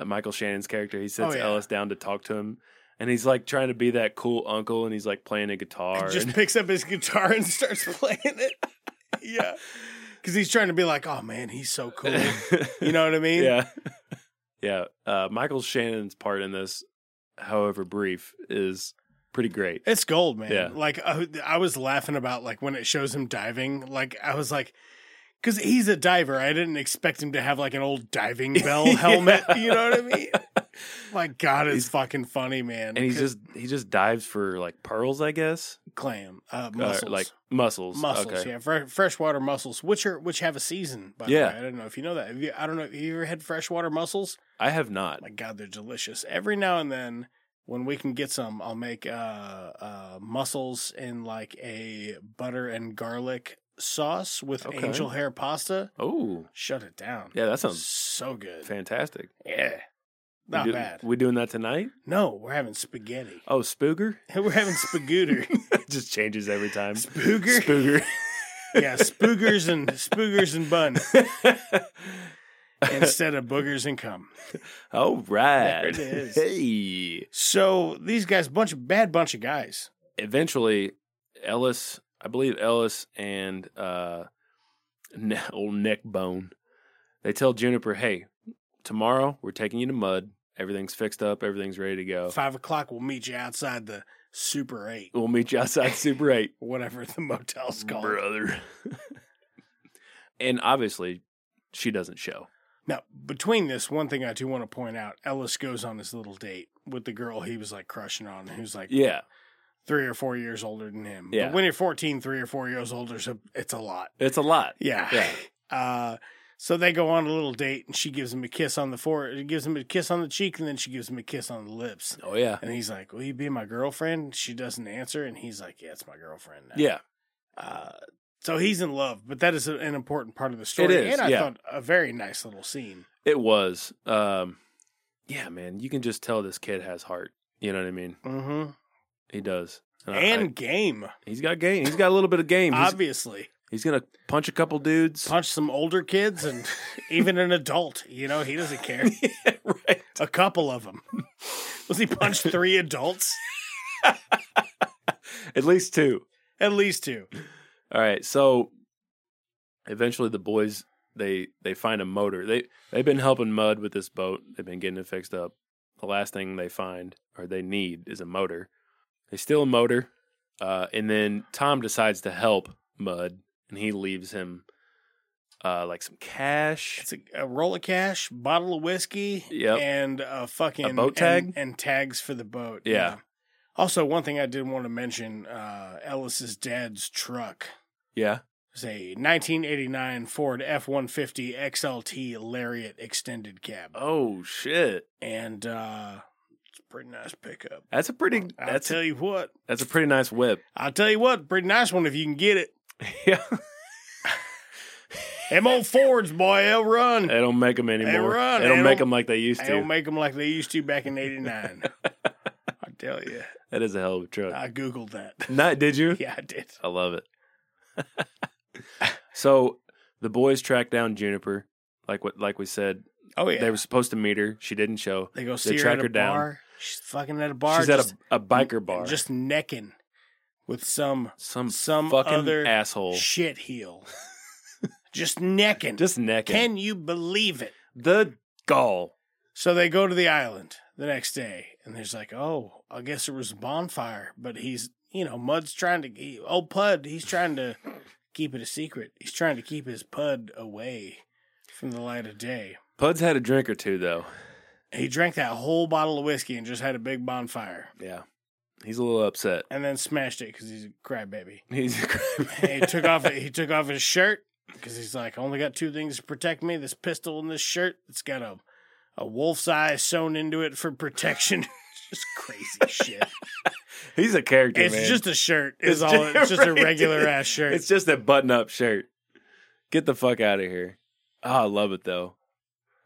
J: uh, Michael Shannon's character. He sits
I: Oh, yeah.
J: Ellis down to talk to him, and he's like trying to be that cool uncle, and he's like playing a guitar.
I: Just
J: and-
I: picks up his guitar and starts playing it. yeah, because he's trying to be like, oh man, he's so cool. You know what I mean?
J: yeah, yeah. Uh, Michael Shannon's part in this, however brief, is pretty great.
I: It's gold, man.
J: Yeah.
I: Like I, I was laughing about like when it shows him diving. Like I was like, because he's a diver. I didn't expect him to have like an old diving bell helmet. You know what I mean? Like God, it's
J: He's-
I: fucking funny, man.
J: And he's
I: C-
J: just he just dives for like pearls, I guess,
I: clam uh,
J: Or,
I: mussels,
J: like mussels,
I: mussels.
J: Okay.
I: Yeah, fre- freshwater mussels, which are which have a season. By the
J: Yeah.
I: way. I don't know if you know that. Have you, I don't know. Have you ever had freshwater mussels?
J: I have not.
I: My God, they're delicious. Every now and then, when we can get some, I'll make uh, uh, mussels in like a butter and garlic sauce with
J: Okay.
I: angel hair pasta.
J: oh,
I: Shut it down.
J: yeah, that sounds
I: so good.
J: fantastic.
I: yeah, not
J: we do-
I: bad.
J: We doing that tonight?
I: no, we're having spaghetti.
J: Oh, Spooger.
I: We're having spagooter.
J: just changes every time.
I: Spooger? yeah, spoogers and spoogers and bun
J: Spooger.
I: instead of boogers and cum.
J: All right.
I: There it is.
J: Hey.
I: So these guys, bunch of bad bunch of guys.
J: Eventually, Ellis, I believe Ellis and uh, ne- old neck bone, they tell Juniper, hey, tomorrow we're taking you to Mud. Everything's fixed up. Everything's ready to go.
I: Five o'clock, we'll meet you outside the Super Eight.
J: We'll meet you outside Super 8.
I: whatever the motel's called.
J: Brother. and obviously, she doesn't show.
I: Now, between this, one thing I do want to point out Ellis goes on this little date with the girl he was like crushing on, who's like
J: Yeah.
I: three or four years older than him.
J: Yeah.
I: But when you're 14, three or four years older, is a- it's a lot.
J: It's a lot.
I: Yeah.
J: Yeah.
I: Uh, so they go on a little date and she gives him a kiss on the forehead, gives him a kiss on the cheek, and then she gives him a kiss on the lips.
J: Oh, yeah.
I: And he's like, Will you be my girlfriend? She doesn't answer. And he's like, Yeah, it's my girlfriend now.
J: Yeah.
I: Uh, so he's in love, but that is a, an important part of the story.
J: is,
I: and I
J: yeah.
I: thought a very nice little scene.
J: It was. Um, yeah, man, you can just tell this kid has heart. You know what I mean?
I: Mm-hmm.
J: He does. And, Uh, I-
I: And
J: I-
I: game,
J: he's got game. He's got a little bit of game. He's,
I: obviously.
J: he's gonna punch a couple dudes.
I: Punch some older kids and even an adult. You know, he doesn't care.
J: right.
I: a couple of them. Was he punched three adults?
J: At least two.
I: At least two.
J: All right. So eventually, the boys they they find a motor. They they've been helping Mud with this boat. They've been getting it fixed up. The last thing they find or they need is a motor. They steal a motor, uh, and then Tom decides to help Mud, and he leaves him uh, like some cash.
I: It's a, a roll of cash, bottle of whiskey,
J: Yep.
I: and a fucking
J: A boat
I: and-
J: tag?
I: and, tags for the boat.
J: Yeah.
I: Also, one thing I did want to mention: uh, Ellis's dad's truck.
J: Yeah,
I: It's a 1989 Ford F-150 XLT Lariat extended cab,
J: Oh shit.
I: and uh, it's a pretty nice pickup.
J: That's a pretty
I: I'll
J: that's
I: tell you what.
J: that's a pretty nice whip.
I: I'll tell you what. Pretty nice one if you can get it.
J: Yeah.
I: Them old Fords, boy, they'll run.
J: They don't make them anymore. They,
I: run.
J: don't
I: They
J: make
I: don't-
J: them like they used
I: They
J: to.
I: don't make them like they used to back in '89. I tell you,
J: that is a hell of a truck.
I: I googled that.
J: Not did you?
I: Yeah, I did.
J: I love it. so the boys tracked down Juniper, like what like we said.
I: Oh yeah,
J: They were supposed to meet her. She didn't show.
I: They go see her
J: track
I: at a
J: her down.
I: bar. She's fucking at a bar.
J: She's
I: just-
J: at a, a biker bar.
I: Just necking with some
J: some
I: some
J: fucking
I: other
J: asshole.
I: shit heel. just necking.
J: just necking.
I: Can you believe it?
J: the gall.
I: So they go to the island the next day, and there's like, oh, I guess there was a bonfire, but he's, you know, Mud's trying to, he, old Pud, he's trying to keep it a secret. He's trying to keep his Pud away from the light of day.
J: Pud's had a drink or two though.
I: He drank that whole bottle of whiskey and just had a big bonfire,
J: Yeah. He's a little upset.
I: and then smashed it because he's a crybaby.
J: He's
I: And he took off he took off his shirt because he's like, I only got two things to protect me: this pistol and this shirt. It's got a a wolf's eye sewn into it for protection. just crazy shit.
J: he's a character.
I: It's
J: man.
I: just a shirt. Is all. It's just a regular ass shirt.
J: It's just a button up shirt. Get the fuck out of here. Oh, I love it though.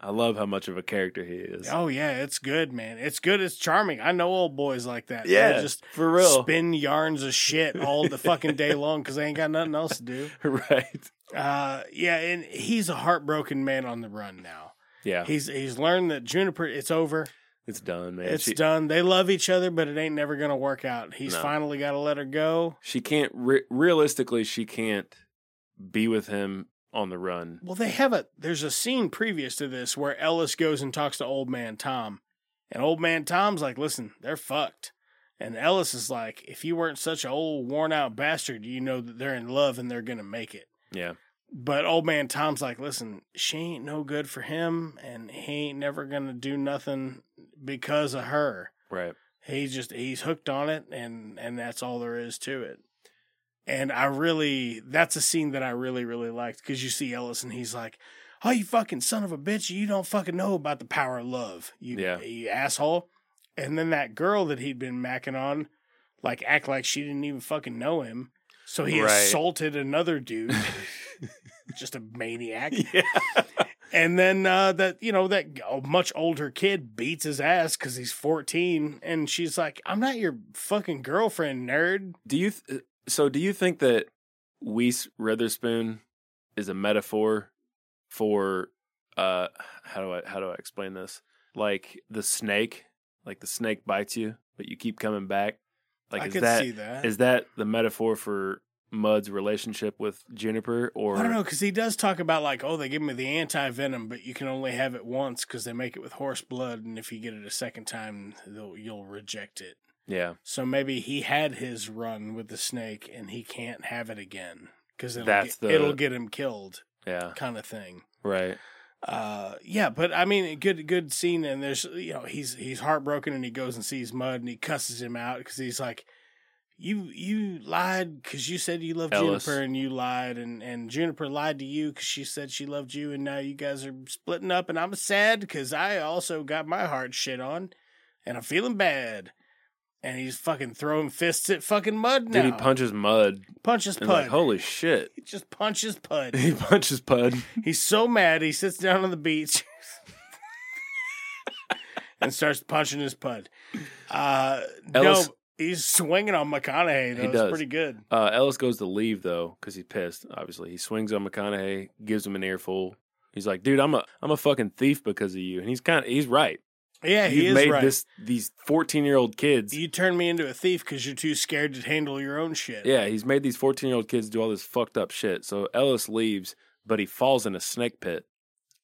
J: I love how much of a character he is.
I: oh yeah, it's good, man. It's good. It's charming. I know old boys like that.
J: Yeah,
I: They'll just
J: for real.
I: spin yarns of shit all the fucking day long because they ain't got nothing else to do.
J: right.
I: Uh, yeah, and he's a heartbroken man on the run now.
J: Yeah.
I: He's he's learned that Juniper. It's over.
J: it's done, man.
I: It's
J: she,
I: done. They love each other, but it ain't never gonna work out. He's
J: No.
I: finally got to let her go.
J: she can't re- realistically she can't be with him on the run.
I: Well, they have a there's a scene previous to this where Ellis goes and talks to old man Tom, and old man Tom's like, "Listen, they're fucked." And Ellis is like, "If you weren't such an old worn out bastard, you know that they're in love and they're gonna make it."
J: Yeah.
I: But old man Tom's like, "Listen, she ain't no good for him, and he ain't never gonna do nothing because of her."
J: Right.
I: he's just he's hooked on it and and that's all there is to it and i really that's a scene that i really really liked because you see ellis and he's like oh you fucking son of a bitch you don't fucking know about the power of love you,
J: Yeah.
I: you asshole and then that girl that he'd been macking on like act like she didn't even fucking know him so he
J: Right.
I: assaulted another dude just a maniac
J: Yeah.
I: and then uh, that you know that much older kid beats his ass because he's fourteen, and she's like, "I'm not your fucking girlfriend, nerd."
J: Do you th- so do you think that Weiss Reatherspoon is a metaphor for uh how do I how do I explain this? Like the snake, like the snake bites you, but you keep coming back. Like
I: I
J: is
I: could
J: that
I: see that.
J: is that the metaphor for Mud's relationship with Juniper or
I: I don't know because he does talk about like, "Oh, they give me the anti venom, but you can only have it once because they make it with horse blood, and if you get it a second time, they'll, you'll reject it."
J: Yeah.
I: So maybe he had his run with the snake, and he can't have it again because it'll,
J: That's
I: get-
J: the-
I: it'll get him killed,
J: Yeah.
I: kind of thing.
J: Right.
I: uh yeah but i mean good good scene and there's you know he's he's heartbroken and he goes and sees mud and he cusses him out because he's like you you lied because you said you loved
J: Ellis.
I: juniper and you lied and and juniper lied to you because she said she loved you and now you guys are splitting up and i'm sad because i also got my heart shit on and i'm feeling bad and he's fucking throwing fists at fucking mud now
J: Dude, he punches Mud
I: punches
J: and
I: pud
J: like, holy shit.
I: he just punches pud
J: He punches Pud.
I: He's so mad he sits down on the beach and starts punching his pud. Uh,
J: Ellis-
I: no, he's swinging on McConaughey. Though.
J: He
I: It's
J: does.
I: pretty good.
J: Uh, Ellis goes to leave though because he's pissed. Obviously, he swings on McConaughey, gives him an earful. He's like, "Dude, I'm a I'm a fucking thief because of you." And he's kind of he's right.
I: Yeah, he
J: You've
I: is
J: made
I: right.
J: this these 14 year old kids.
I: You turned me into a thief because you're too scared to handle your own shit.
J: yeah, he's made these 14 year old kids do all this fucked up shit. So Ellis leaves, but he falls in a snake pit,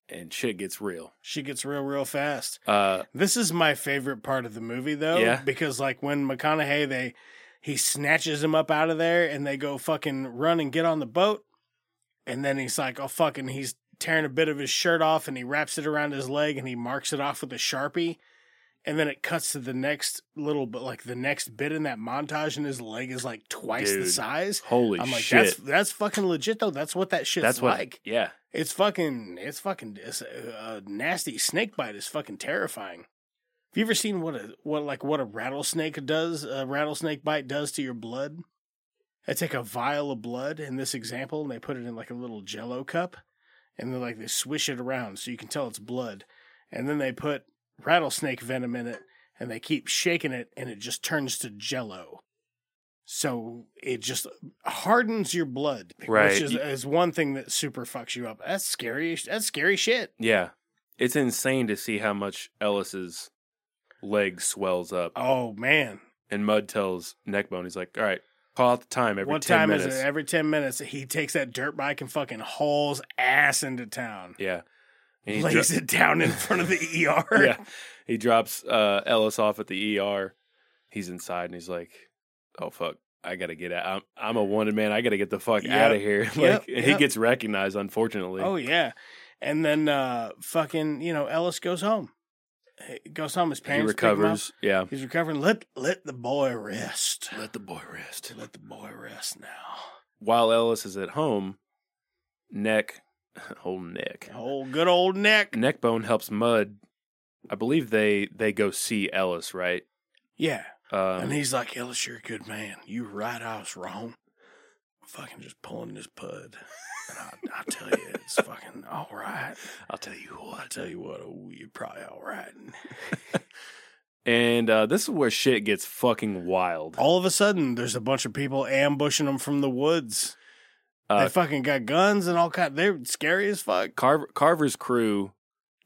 J: and shit gets real.
I: She gets real, real fast.
J: Uh,
I: This is my favorite part of the movie, though,
J: Yeah.
I: because like when McConaughey, they he snatches him up out of there, and they go fucking run and get on the boat, and then he's like, oh fucking, he's tearing a bit of his shirt off, and he wraps it around his leg, and he marks it off with a sharpie, and then it cuts to the next little but like the next bit in that montage and his leg is like twice the
J: Dude.
I: size.
J: Holy
I: I'm like
J: shit.
I: that's that's fucking legit though. That's what that shit's
J: That's what
I: like.
J: yeah.
I: It's fucking it's fucking it's a, a nasty snake bite is fucking terrifying. Have you ever seen what a what like what a rattlesnake does a rattlesnake bite does to your blood? I take a vial of blood in this example and they put it in like a little jello cup and then like they swish it around so you can tell it's blood. And then they put rattlesnake venom in it and they keep shaking it and it just turns to jello. So it just hardens your blood,
J: Right.
I: which is, is one thing that super fucks you up. That's scary. That's scary shit.
J: Yeah. It's insane to see how much Ellis's leg swells up.
I: Oh man!
J: And Mud tells Neckbone, he's like, All right, call out the time every
I: what
J: 10
I: time
J: minutes.
I: is it? Every ten minutes, he takes that dirt bike and fucking hauls ass into town,
J: yeah. And he
I: lays
J: dro-
I: it down in front of the ER.
J: yeah. He drops uh, Ellis off at the ER. He's inside and he's like, "Oh fuck, I gotta get out. I'm I'm a wanted man. I gotta get the fuck
I: Yep.
J: out of here." like
I: Yep,
J: and he
I: yep.
J: gets recognized, unfortunately.
I: Oh yeah, and then uh, fucking you know Ellis goes home. He goes home. His
J: he
I: parents pick him up.
J: recovers. Yeah,
I: He's recovering. Let let the boy rest.
J: let the boy rest.
I: Let the boy rest now.
J: While Ellis is at home, Neck, old Nick,
I: Oh, good old Nick.
J: Neckbone helps Mud. I believe they they go see Ellis, right?
I: Yeah.
J: Um,
I: and he's like, Ellis, you're a good man. You right, I was wrong. Fucking just pulling this pud. And I, I tell you, it's fucking all right.
J: I'll tell you what.
I: I tell you what, oh, you're probably all right. And
J: And uh, this is where shit gets fucking wild.
I: all of a sudden, there's a bunch of people ambushing them from the woods.
J: Uh,
I: they fucking got guns and all kind. They're scary as fuck.
J: Carver, Carver's crew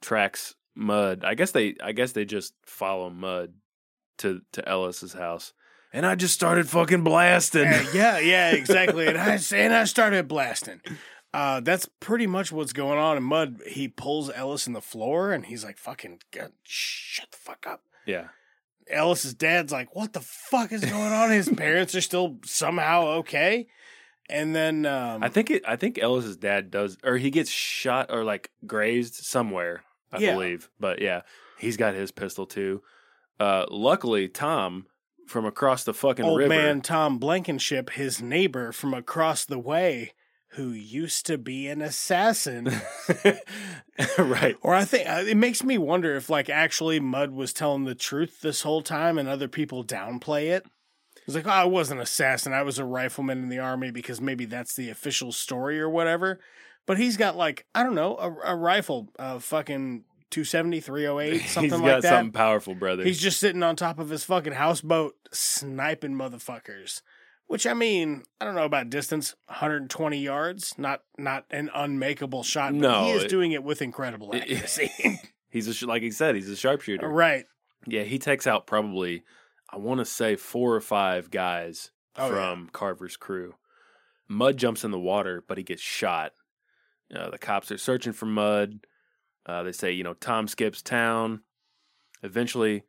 J: tracks Mud. I guess they I guess they just follow Mud to to Ellis's house. And I just started fucking blasting.
I: Eh, Yeah, yeah, yeah, exactly. And I and I started blasting. Uh, that's pretty much what's going on. And Mud he pulls Ellis in the floor, and he's like, "Fucking God, shut the fuck up."
J: yeah.
I: Ellis's dad's like, "What the fuck is going on?" His parents are still somehow okay, and then um,
J: I think it I think Ellis's dad does or he gets shot or like grazed somewhere, I
I: Yeah.
J: believe. But yeah, he's got his pistol too. Uh luckily Tom from across the fucking
I: old
J: river
I: man Tom Blankenship, his neighbor from across the way, who used to be an assassin,
J: right.
I: Or I think uh, it makes me wonder if like actually Mud was telling the truth this whole time and other people downplay it. It's like, oh, I was an assassin. I was a rifleman in the army because maybe that's the official story or whatever. But he's got like, I don't know, a, a rifle, uh, fucking 270, 308, something
J: he's
I: like
J: got
I: that.
J: something powerful, brother.
I: He's just sitting on top of his fucking houseboat sniping motherfuckers. Which I mean, I don't know about distance, 120 yards, not not an unmakeable shot, but
J: No,
I: he is
J: it-
I: doing it with incredible accuracy.
J: he's a, sh- like he said, he's a sharpshooter.
I: right.
J: Yeah, he takes out probably, I want to say four or five guys
I: Oh, yeah.
J: from Carver's crew. Mud jumps in the water, but he gets shot. Uh, the cops are searching for Mud. Uh, they say, you know, Tom skips town. Eventually,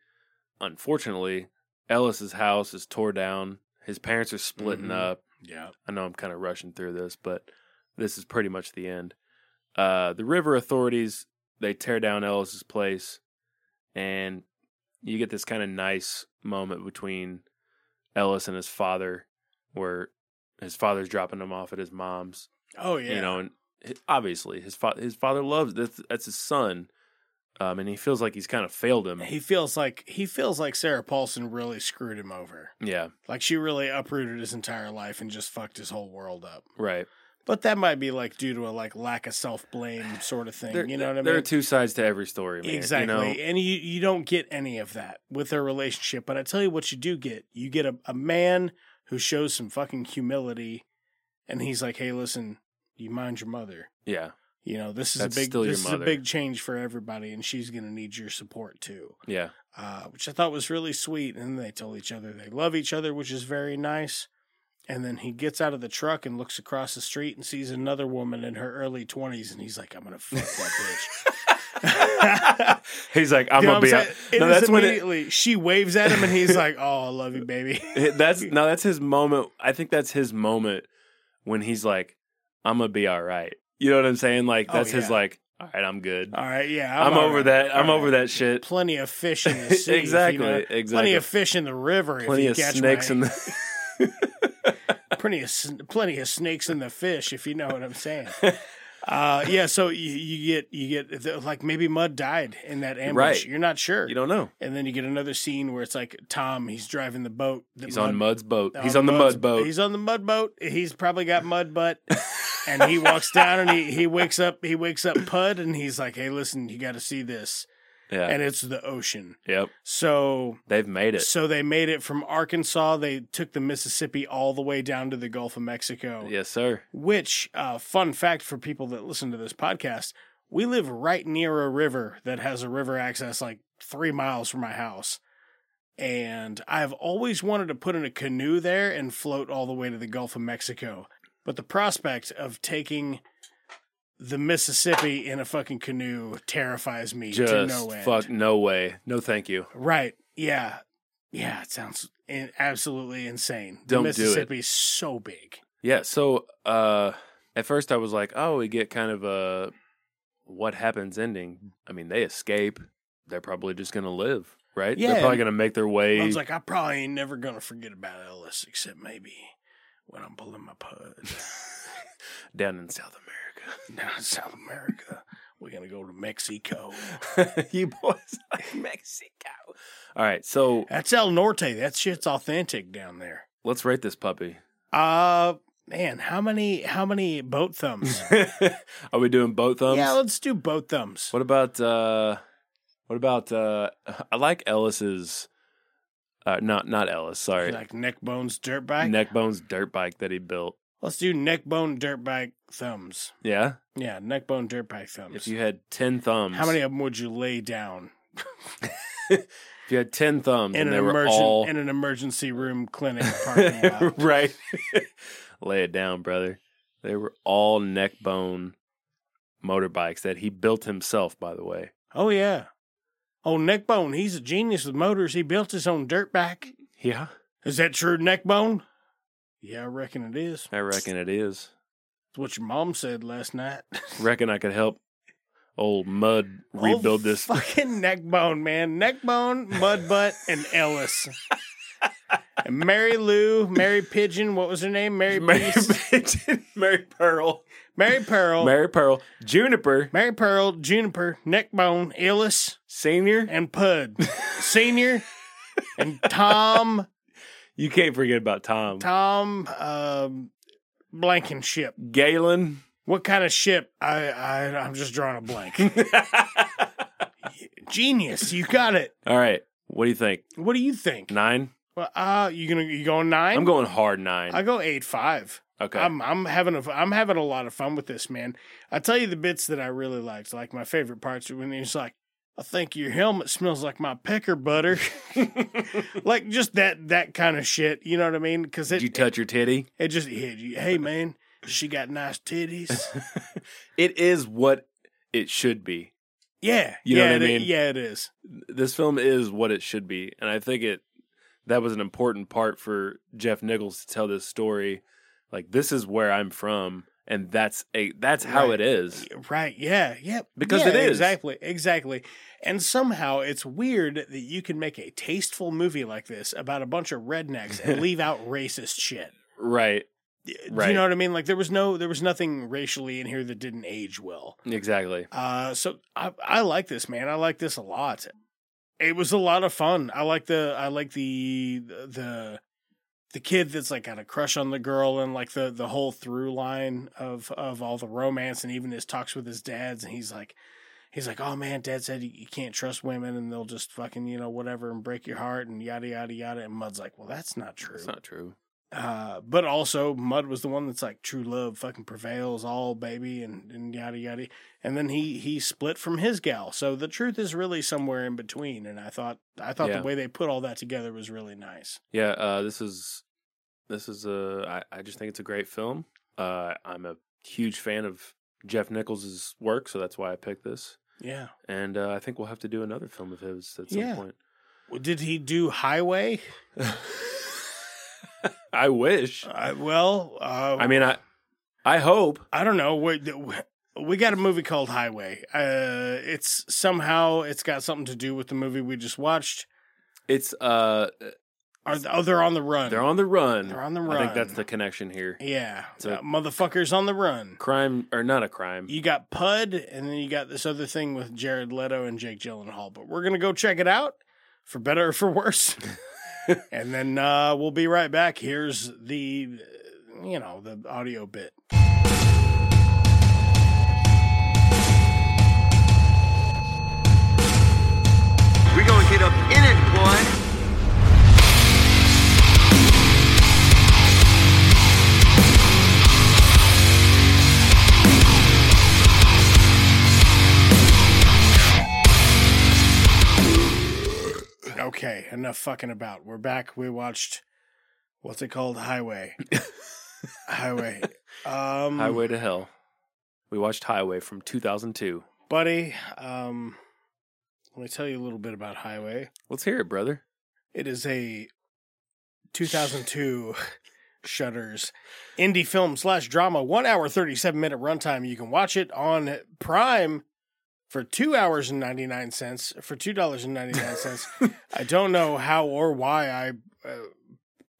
J: unfortunately, Ellis's house is tore down. His parents are splitting
I: Mhm.
J: up.
I: Yeah.
J: I know I'm kind of rushing through this, but this is pretty much the end. Uh, the river authorities they tear down Ellis's place, and you get this kind of nice moment between Ellis and his father, where his father's dropping him off at his mom's.
I: Oh yeah.
J: You know, and hi- obviously his father his father loves that's, that's his son, um, and he feels like he's kind of failed him.
I: he feels like he feels like Sarah Paulson really screwed him over.
J: yeah,
I: Like she really uprooted his entire life and just fucked his whole world up.
J: right.
I: But that might be like due to a like lack of self blame sort of thing.
J: There-
I: you know what I mean?
J: There are two sides to every story, man. you
I: Exactly.
J: know?
I: And you, you don't get any of that with their relationship. But I tell you what you do get. You get a, a man who shows some fucking humility and he's like, Hey, listen, you mind your mother.
J: yeah,
I: You know, this is
J: That's
I: a big
J: still your
I: this is a
J: mother.
I: big change for everybody and she's gonna need your support too.
J: yeah.
I: Uh, which I thought was really sweet. And they tell each other they love each other, which is very nice. And then he gets out of the truck and looks across the street and sees another woman in her early twenties, and he's like, "I'm gonna fuck that bitch."
J: He's like, I'm
I: You know
J: gonna be.
I: what
J: a-
I: saying? It
J: no,
I: is
J: that's when it,
I: immediately she waves at him, and he's like, "Oh, I love you, baby."
J: it- that's no, that's his moment. I think that's his moment when he's like, I'm gonna be all right. You know what I'm saying? Like
I: Oh,
J: that's his
I: yeah.
J: like, all right, I'm good.
I: All right, yeah,
J: I'm,
I: all
J: over
I: right.
J: that. I'm
I: All
J: over
I: right.
J: that shit.
I: Plenty of fish in the sea. if you
J: Exactly,
I: know- Plenty
J: exactly.
I: of fish in the river.
J: Plenty
I: if
J: of
I: you catch
J: snakes
I: my,
J: in the.
I: plenty of sn- plenty of snakes in the fish, if you know what I'm saying. Uh, yeah, so you, you get you get the, like maybe Mud died in that ambush.
J: Right.
I: You're not sure.
J: You don't know.
I: and then you get another scene where it's like Tom, he's driving the boat. that
J: He's on Mud's boat. He's
I: on
J: on the
I: Mud's-
J: Mud boat.
I: He's on the mud boat. He's probably got mud butt. and he walks down and he, he wakes up he wakes up Pud and he's like, Hey, listen, you gotta see this.
J: Yeah.
I: And it's the ocean.
J: yep.
I: So
J: They've made it.
I: so they made it from Arkansas. They took the Mississippi all the way down to the Gulf of Mexico.
J: Yes, sir.
I: Which, uh, fun fact for people that listen to this podcast, we live right near a river that has a river access like three miles from my house. And I've always wanted to put in a canoe there and float all the way to the Gulf of Mexico. But the prospect of taking the Mississippi in a fucking canoe terrifies me to
J: Just
I: no end.
J: fuck. No way. No, thank you.
I: Right. Yeah. Yeah. It sounds in- absolutely insane. The
J: Don't do it.
I: Mississippi is so big.
J: Yeah. So uh, at first I was like, oh, we get kind of a what happens ending. I mean, they escape. They're probably just gonna live, right?
I: Yeah.
J: They're probably gonna make their way.
I: I was like, I probably ain't never going to forget about Ellis, except maybe when I'm pulling my pud
J: down in South America.
I: down in South America. We're going to go to Mexico.
J: you boys like Mexico. All right, so
I: That's El Norte. That shit's authentic down there.
J: let's rate this puppy.
I: Uh, man, how many, how many boat thumbs?
J: Are we doing both thumbs?
I: yeah, let's do boat thumbs.
J: What about uh what about uh I like Ellis's uh not not Ellis, sorry.
I: Like neck bones dirt bike.
J: Neckbone's dirt bike that he built.
I: Let's do neck bone dirt bike thumbs.
J: Yeah?
I: Yeah, neck bone dirt bike thumbs.
J: If you had 10 thumbs.
I: How many of them would you lay down
J: If you had 10 thumbs
I: in
J: and
I: an
J: they were
I: emergen-
J: all
I: in an emergency room clinic parking lot?
J: right. Lay it down, brother. They were all neckbone motorbikes that he built himself, by the way.
I: Oh yeah. Oh Neckbone, he's a genius with motors. He built his own dirt bike.
J: Yeah.
I: Is that true, Neckbone? Yeah, I reckon it is.
J: I reckon it is.
I: It's what your mom said last night.
J: Reckon I could help old Mud rebuild
I: Oh,
J: this.
I: fucking Neckbone, man. Neckbone, Mudbutt, and Ellis. And Mary Lou, Mary Pigeon, what was her name? Mary
J: Mary,
I: Peace,
J: Pigeon, Mary Pearl.
I: Mary Pearl, Mary,
J: Mary Pearl. Juniper
I: Pearl, Juniper, Neckbone, Ellis,
J: Senior.
I: and Pud, Senior, and Tom,
J: You can't forget about Tom.
I: Tom, um, Blankenship.
J: Galen.
I: What kind of ship? I, I, I'm just drawing a blank. Genius, you got it.
J: All right. What do you think?
I: What do you think?
J: Nine?
I: Well, uh, you gonna you going nine?
J: I'm going hard 9
I: I go eight five.
J: okay.
I: I'm I'm having a I'm having a lot of fun with this man. I tell you the bits that I really liked. Like my favorite parts are when he's like, "I think your helmet smells like my pecker butter," like just that that kind of shit. You know what I mean? Because
J: Did
I: it
J: you touch your titty?
I: it just hit you. Hey man, she got nice titties.
J: It is what it should be.
I: Yeah,
J: You know
I: yeah,
J: what I
I: it-
J: mean?
I: yeah, it is.
J: This film is what it should be. And I think it that was an important part for Jeff Nichols to tell this story. Like this is where I'm from and that's a that's how
I: Right.
J: it is.
I: Right. Yeah. Yeah.
J: Because
I: yeah,
J: it is.
I: Exactly. Exactly. And somehow it's weird that you can make a tasteful movie like this about a bunch of rednecks and leave out racist shit.
J: Right.
I: Do you
J: Right.
I: know what I mean? Like there was no there was nothing racially in here that didn't age well.
J: Exactly.
I: Uh so I I like this, man. I like this a lot. It was a lot of fun. I like the I like the the the kid that's like got a crush on the girl and like the the whole through line of of all the romance and even his talks with his dads and he's like he's like oh man dad said you- you can't trust women and they'll just fucking you know whatever and break your heart and yada yada yada and mud's like well that's not true
J: It's not true.
I: uh, but also Mud was the one that's like true love fucking prevails all baby and, and yada yada. And then he he split from his gal. So the truth is really somewhere in between. And I thought I thought
J: Yeah.
I: the way they put all that together was really nice.
J: Yeah, uh, this is this is a. I, I just think it's a great film. Uh, I'm a huge fan of Jeff Nichols' work, so that's why I picked this.
I: Yeah.
J: And uh, I think we'll have to do another film of his at some
I: Yeah.
J: point.
I: Well, Did he do Highway?
J: I wish.
I: Uh, well, uh,
J: I mean, I I hope
I: I don't know. What, we got a movie called Highway. Uh, it's somehow it's got something to do with the movie we just watched.
J: It's uh,
I: Are, oh, they're on the run.
J: they're on the run.
I: They're on the
J: I think
I: run.
J: that's the connection here.
I: yeah.
J: So-
I: Uh, motherfuckers on the run.
J: Crime or not a crime?
I: You got Pud, and then you got this other thing with Jared Leto and Jake Gyllenhaal. But we're gonna go check it out for better or for worse, and then uh, we'll be right back. Here's the uh, you know the audio bit.
F: We're gonna get up in it, boy.
I: Okay, enough fucking about. We're back. We watched what's it called? Highway. Highway. Um
J: Highway to Hell. We watched Highway from 2002.
I: Buddy, um let me tell you a little bit about Highway.
J: Let's hear it, brother.
I: It is a 2002 Shutters indie film slash drama, one hour, 37 minute runtime. You can watch it on Prime for two hours and 99 cents, for $2.99. I don't know how or why I uh,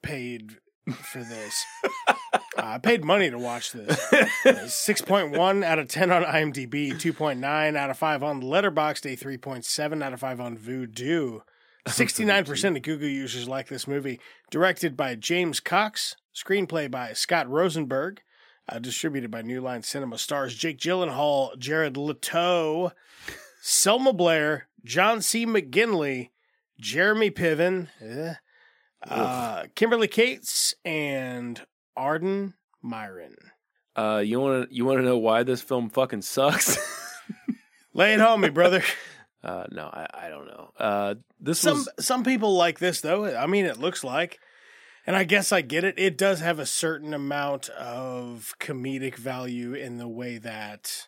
I: paid for this. Uh, I paid money to watch this. Uh, 6.1 out of 10 on IMDb, 2.9 out of 5 on Letterboxd, a 3.7 out of 5 on Voodoo. 69% of Google users like this movie. Directed by James Cox, screenplay by Scott Rosenberg, uh, distributed by New Line Cinema. Stars Jake Gyllenhaal, Jared Leto, Selma Blair, John C. McGinley, Jeremy Piven, eh, uh, Kimberly Cates, and Arden Myron.
J: Uh, you want to you want to know why this film fucking sucks?
I: Lay it on me, brother.
J: uh, no, I, I don't know. Uh, this
I: some
J: was
I: some people like this though. I mean, it looks like, and I guess I get it. It does have a certain amount of comedic value in the way that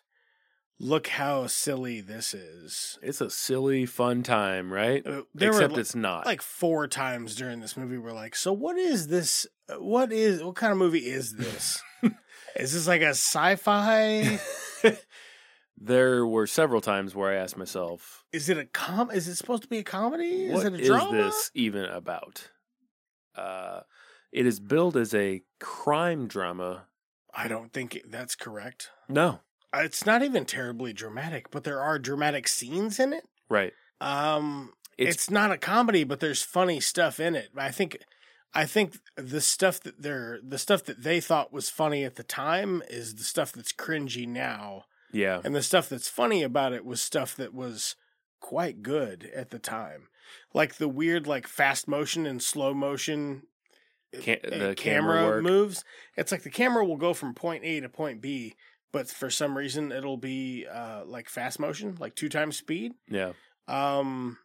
I: look how silly this is.
J: it's a silly fun time, right?
I: Uh,
J: Except
I: li-
J: it's not.
I: like four times during this movie. We're like, so what is this? uh, What is what kind of movie is this? is this like a sci-fi?
J: there were several times where I asked myself,
I: is it a com? Is it supposed to be a comedy?
J: What
I: is it a
J: is
I: drama?
J: this even about? Uh, it is billed as a crime drama.
I: I don't think it, that's correct.
J: No,
I: uh, it's not even terribly dramatic, but there are dramatic scenes in it.
J: right?
I: Um, it's,
J: It's-
I: not a comedy, but there's funny stuff in it. I think, I think the stuff that they're the stuff that they thought was funny at the time is the stuff that's cringy now,
J: Yeah,
I: and the stuff that's funny about it was stuff that was quite good at the time, like the weird like fast motion and slow motion
J: Ca-
I: uh,
J: the camera,
I: camera,
J: work.
I: moves. It's like the camera will go from point A to point B, but for some reason it'll be uh, like fast motion, like two times speed.
J: Yeah,
I: Um,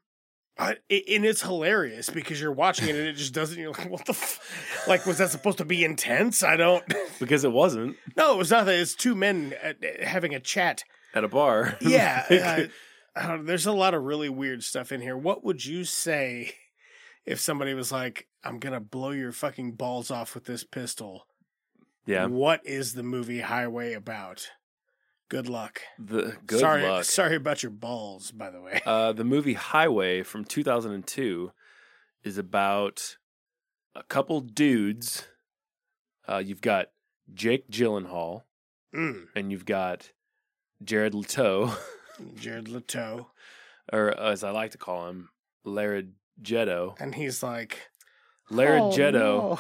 I: I, it, and it's hilarious because you're watching it and it just doesn't. You're like, what the, f-? like was that supposed to be intense? I don't.
J: because it wasn't
I: No, it was not that. It's two men uh, having a chat.
J: at a bar.
I: Yeah,
J: Like,
I: uh, I don't know. there's a lot of really weird stuff in here. What would you say if somebody was like, "I'm gonna blow your fucking balls off with this pistol"?
J: yeah.
I: What is the movie Highway about? Good luck.
J: The good
I: sorry,
J: luck.
I: sorry about your balls, by the way.
J: Uh, the movie Highway from 2002 is about a couple dudes. Uh, you've got Jake Gyllenhaal
I: Mm.
J: and you've got Jared Leto,
I: Jared Leto,
J: or as I like to call him, Lared Jetto.
I: and he's like,
J: Lared
I: "Oh,
J: Jetto.
I: no."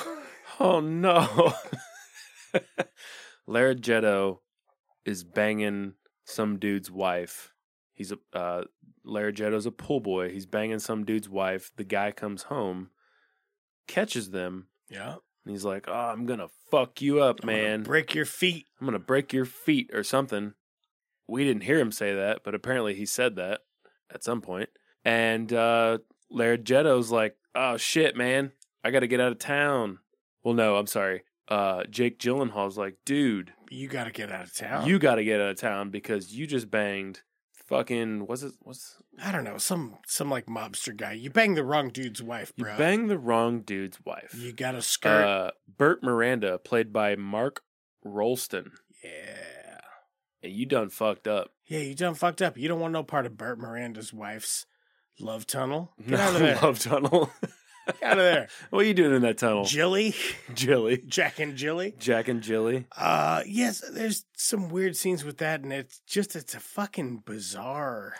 J: Oh no. Lared Jetto is banging some dude's wife. He's a uh Lared Jetto's a pool boy. He's banging some dude's wife. The guy comes home, catches them,
I: Yeah,
J: and he's like, "Oh, I'm going to fuck you up, man.
I: break your feet.
J: I'm going to break your feet or something." We didn't hear him say that, but apparently he said that at some point. And uh Laird Jetto's like, "Oh shit, man. I got to get out of town." Well, no, I'm sorry. Uh Jake Gyllenhaal's like, "Dude,
I: You got to get out of town.
J: you got to get out of town because you just banged fucking what's it what's
I: I don't know, some some like mobster guy. You banged the wrong dude's wife,
J: you
I: bro.
J: banged the wrong dude's wife."
I: You got a skirt.
J: uh Burt Miranda played by Mark Rolston.
I: yeah,
J: and you done fucked up.
I: Yeah, you done fucked up. You don't want no part of Burt Miranda's wife's love tunnel. Get
J: No,
I: out of there.
J: love tunnel.
I: Get out of there.
J: what are you doing in that tunnel?
I: Jilly,
J: Jilly.
I: Jack and Jilly.
J: Jack and Jilly.
I: Uh, yes, there's some weird scenes with that, and it's just it's a fucking bizarre.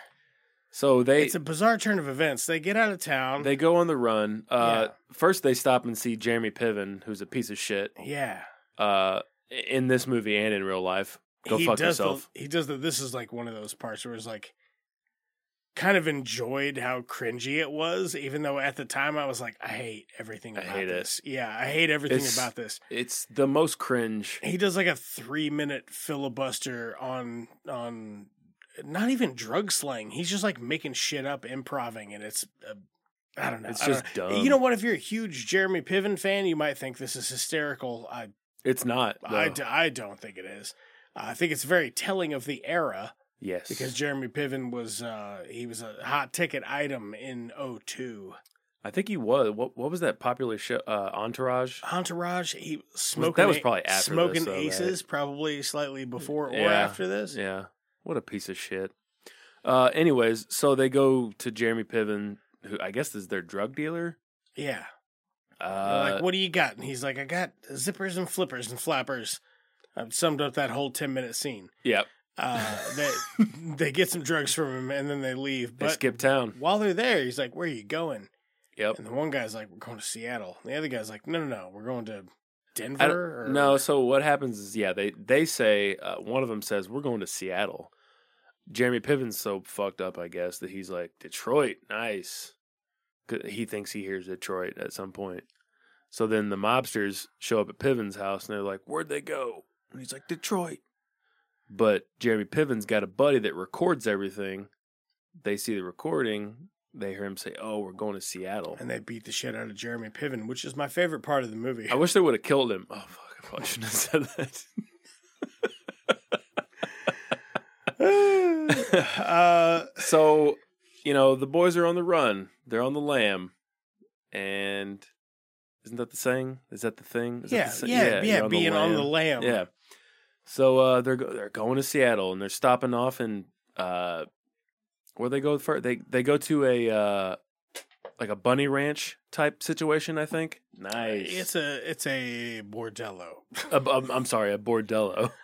J: So they
I: It's a bizarre turn of events. They get out of town.
J: they go on the run.
I: Yeah.
J: Uh, First, they stop and see Jeremy Piven, who's a piece of shit.
I: yeah,
J: Uh, in this movie and in real life, go fuck
I: does the-
J: yourself.
I: he does the. This is like one of those parts where it's like, kind of enjoyed how cringy it was, even though at the time I was like, I hate everything.
J: I
I: About
J: hate it.
I: this. Yeah, I hate everything
J: It's-
I: about this.
J: It's the most cringe.
I: He does like a three minute filibuster on on not even drug slang. He's just like making shit up, improving, and it's. Uh, I don't know.
J: It's
I: I don't
J: just
I: know.
J: dumb.
I: You know what? If you're a huge Jeremy Piven fan, you might think this is hysterical. I
J: It's not.
I: I,
J: though.
I: d- I don't think it is. I think it's very telling of the era
J: yes.
I: because Jeremy Piven was uh, he was a hot ticket item in 02.
J: I think he was. What what was that popular show? Uh, Entourage.
I: Entourage, he smoking
J: was probably after this,
I: smoking
J: though, right?
I: aces, probably slightly before or
J: Yeah.
I: after this.
J: Yeah. What a piece of shit. Uh, anyways, so they go to Jeremy Piven, who I guess is their drug dealer.
I: Yeah. They're
J: Uh,
I: like, what do you got? And he's like, I got zippers and flippers and flappers. I've summed up that whole 10 minute scene.
J: Yeah.
I: Uh, they, they get some drugs from him and then they leave.
J: They
I: But
J: skip town.
I: while they're there, he's like, where are you going?
J: Yep.
I: And the one guy's like, "We're going to Seattle." And the other guy's like, "No, no, no, we're going to
J: I
I: Denver."
J: don't, no, so what happens is, yeah, they they say uh, one of them says we're going to Seattle. Jeremy Piven's so fucked up, I guess, that he's like Detroit, nice. 'Cause He thinks he hears Detroit at some point. So then the mobsters show up at Piven's house and they're like, "Where'd they go?" And he's like, "Detroit." But Jeremy Piven's got a buddy that records everything. They see the recording. They hear him say, "Oh, we're going to Seattle."
I: and they beat the shit out of Jeremy Piven, which is my favorite part of the movie.
J: I wish they would have killed him. Oh fuck! I probably shouldn't have said that.
I: uh,
J: so you know the boys are on the run they're on the lamb and isn't that the saying is that the thing is
I: yeah,
J: that the, sa-
I: yeah, yeah,
J: you're
I: being on the lam.
J: yeah so uh they're go- they're going to seattle and they're stopping off and uh where they go first they they go to a uh like a bunny ranch type situation i think nice
I: Uh, It's a it's a bordello.
J: a, a, i'm sorry a bordello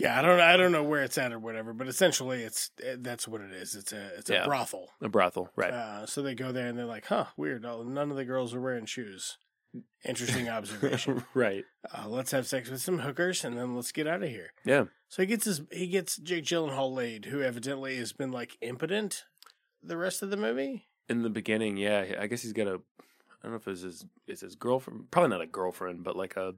I: Yeah, I don't I don't know where it's at or whatever, but essentially it's eh, that's what it is. It's a it's a
J: Yeah.
I: brothel.
J: a brothel right
I: Uh, so they go there and they're like, "Huh, weird. Oh, none of the girls are wearing shoes." Interesting observation.
J: right
I: uh, let's have sex with some hookers and then let's get out of here.
J: Yeah.
I: So he gets his he gets Jake Gyllenhaal laid, who evidently has been like impotent the rest of the movie.
J: in the beginning, yeah, I guess he's got a. I don't know if it's his it's his girlfriend, probably not a girlfriend, but like a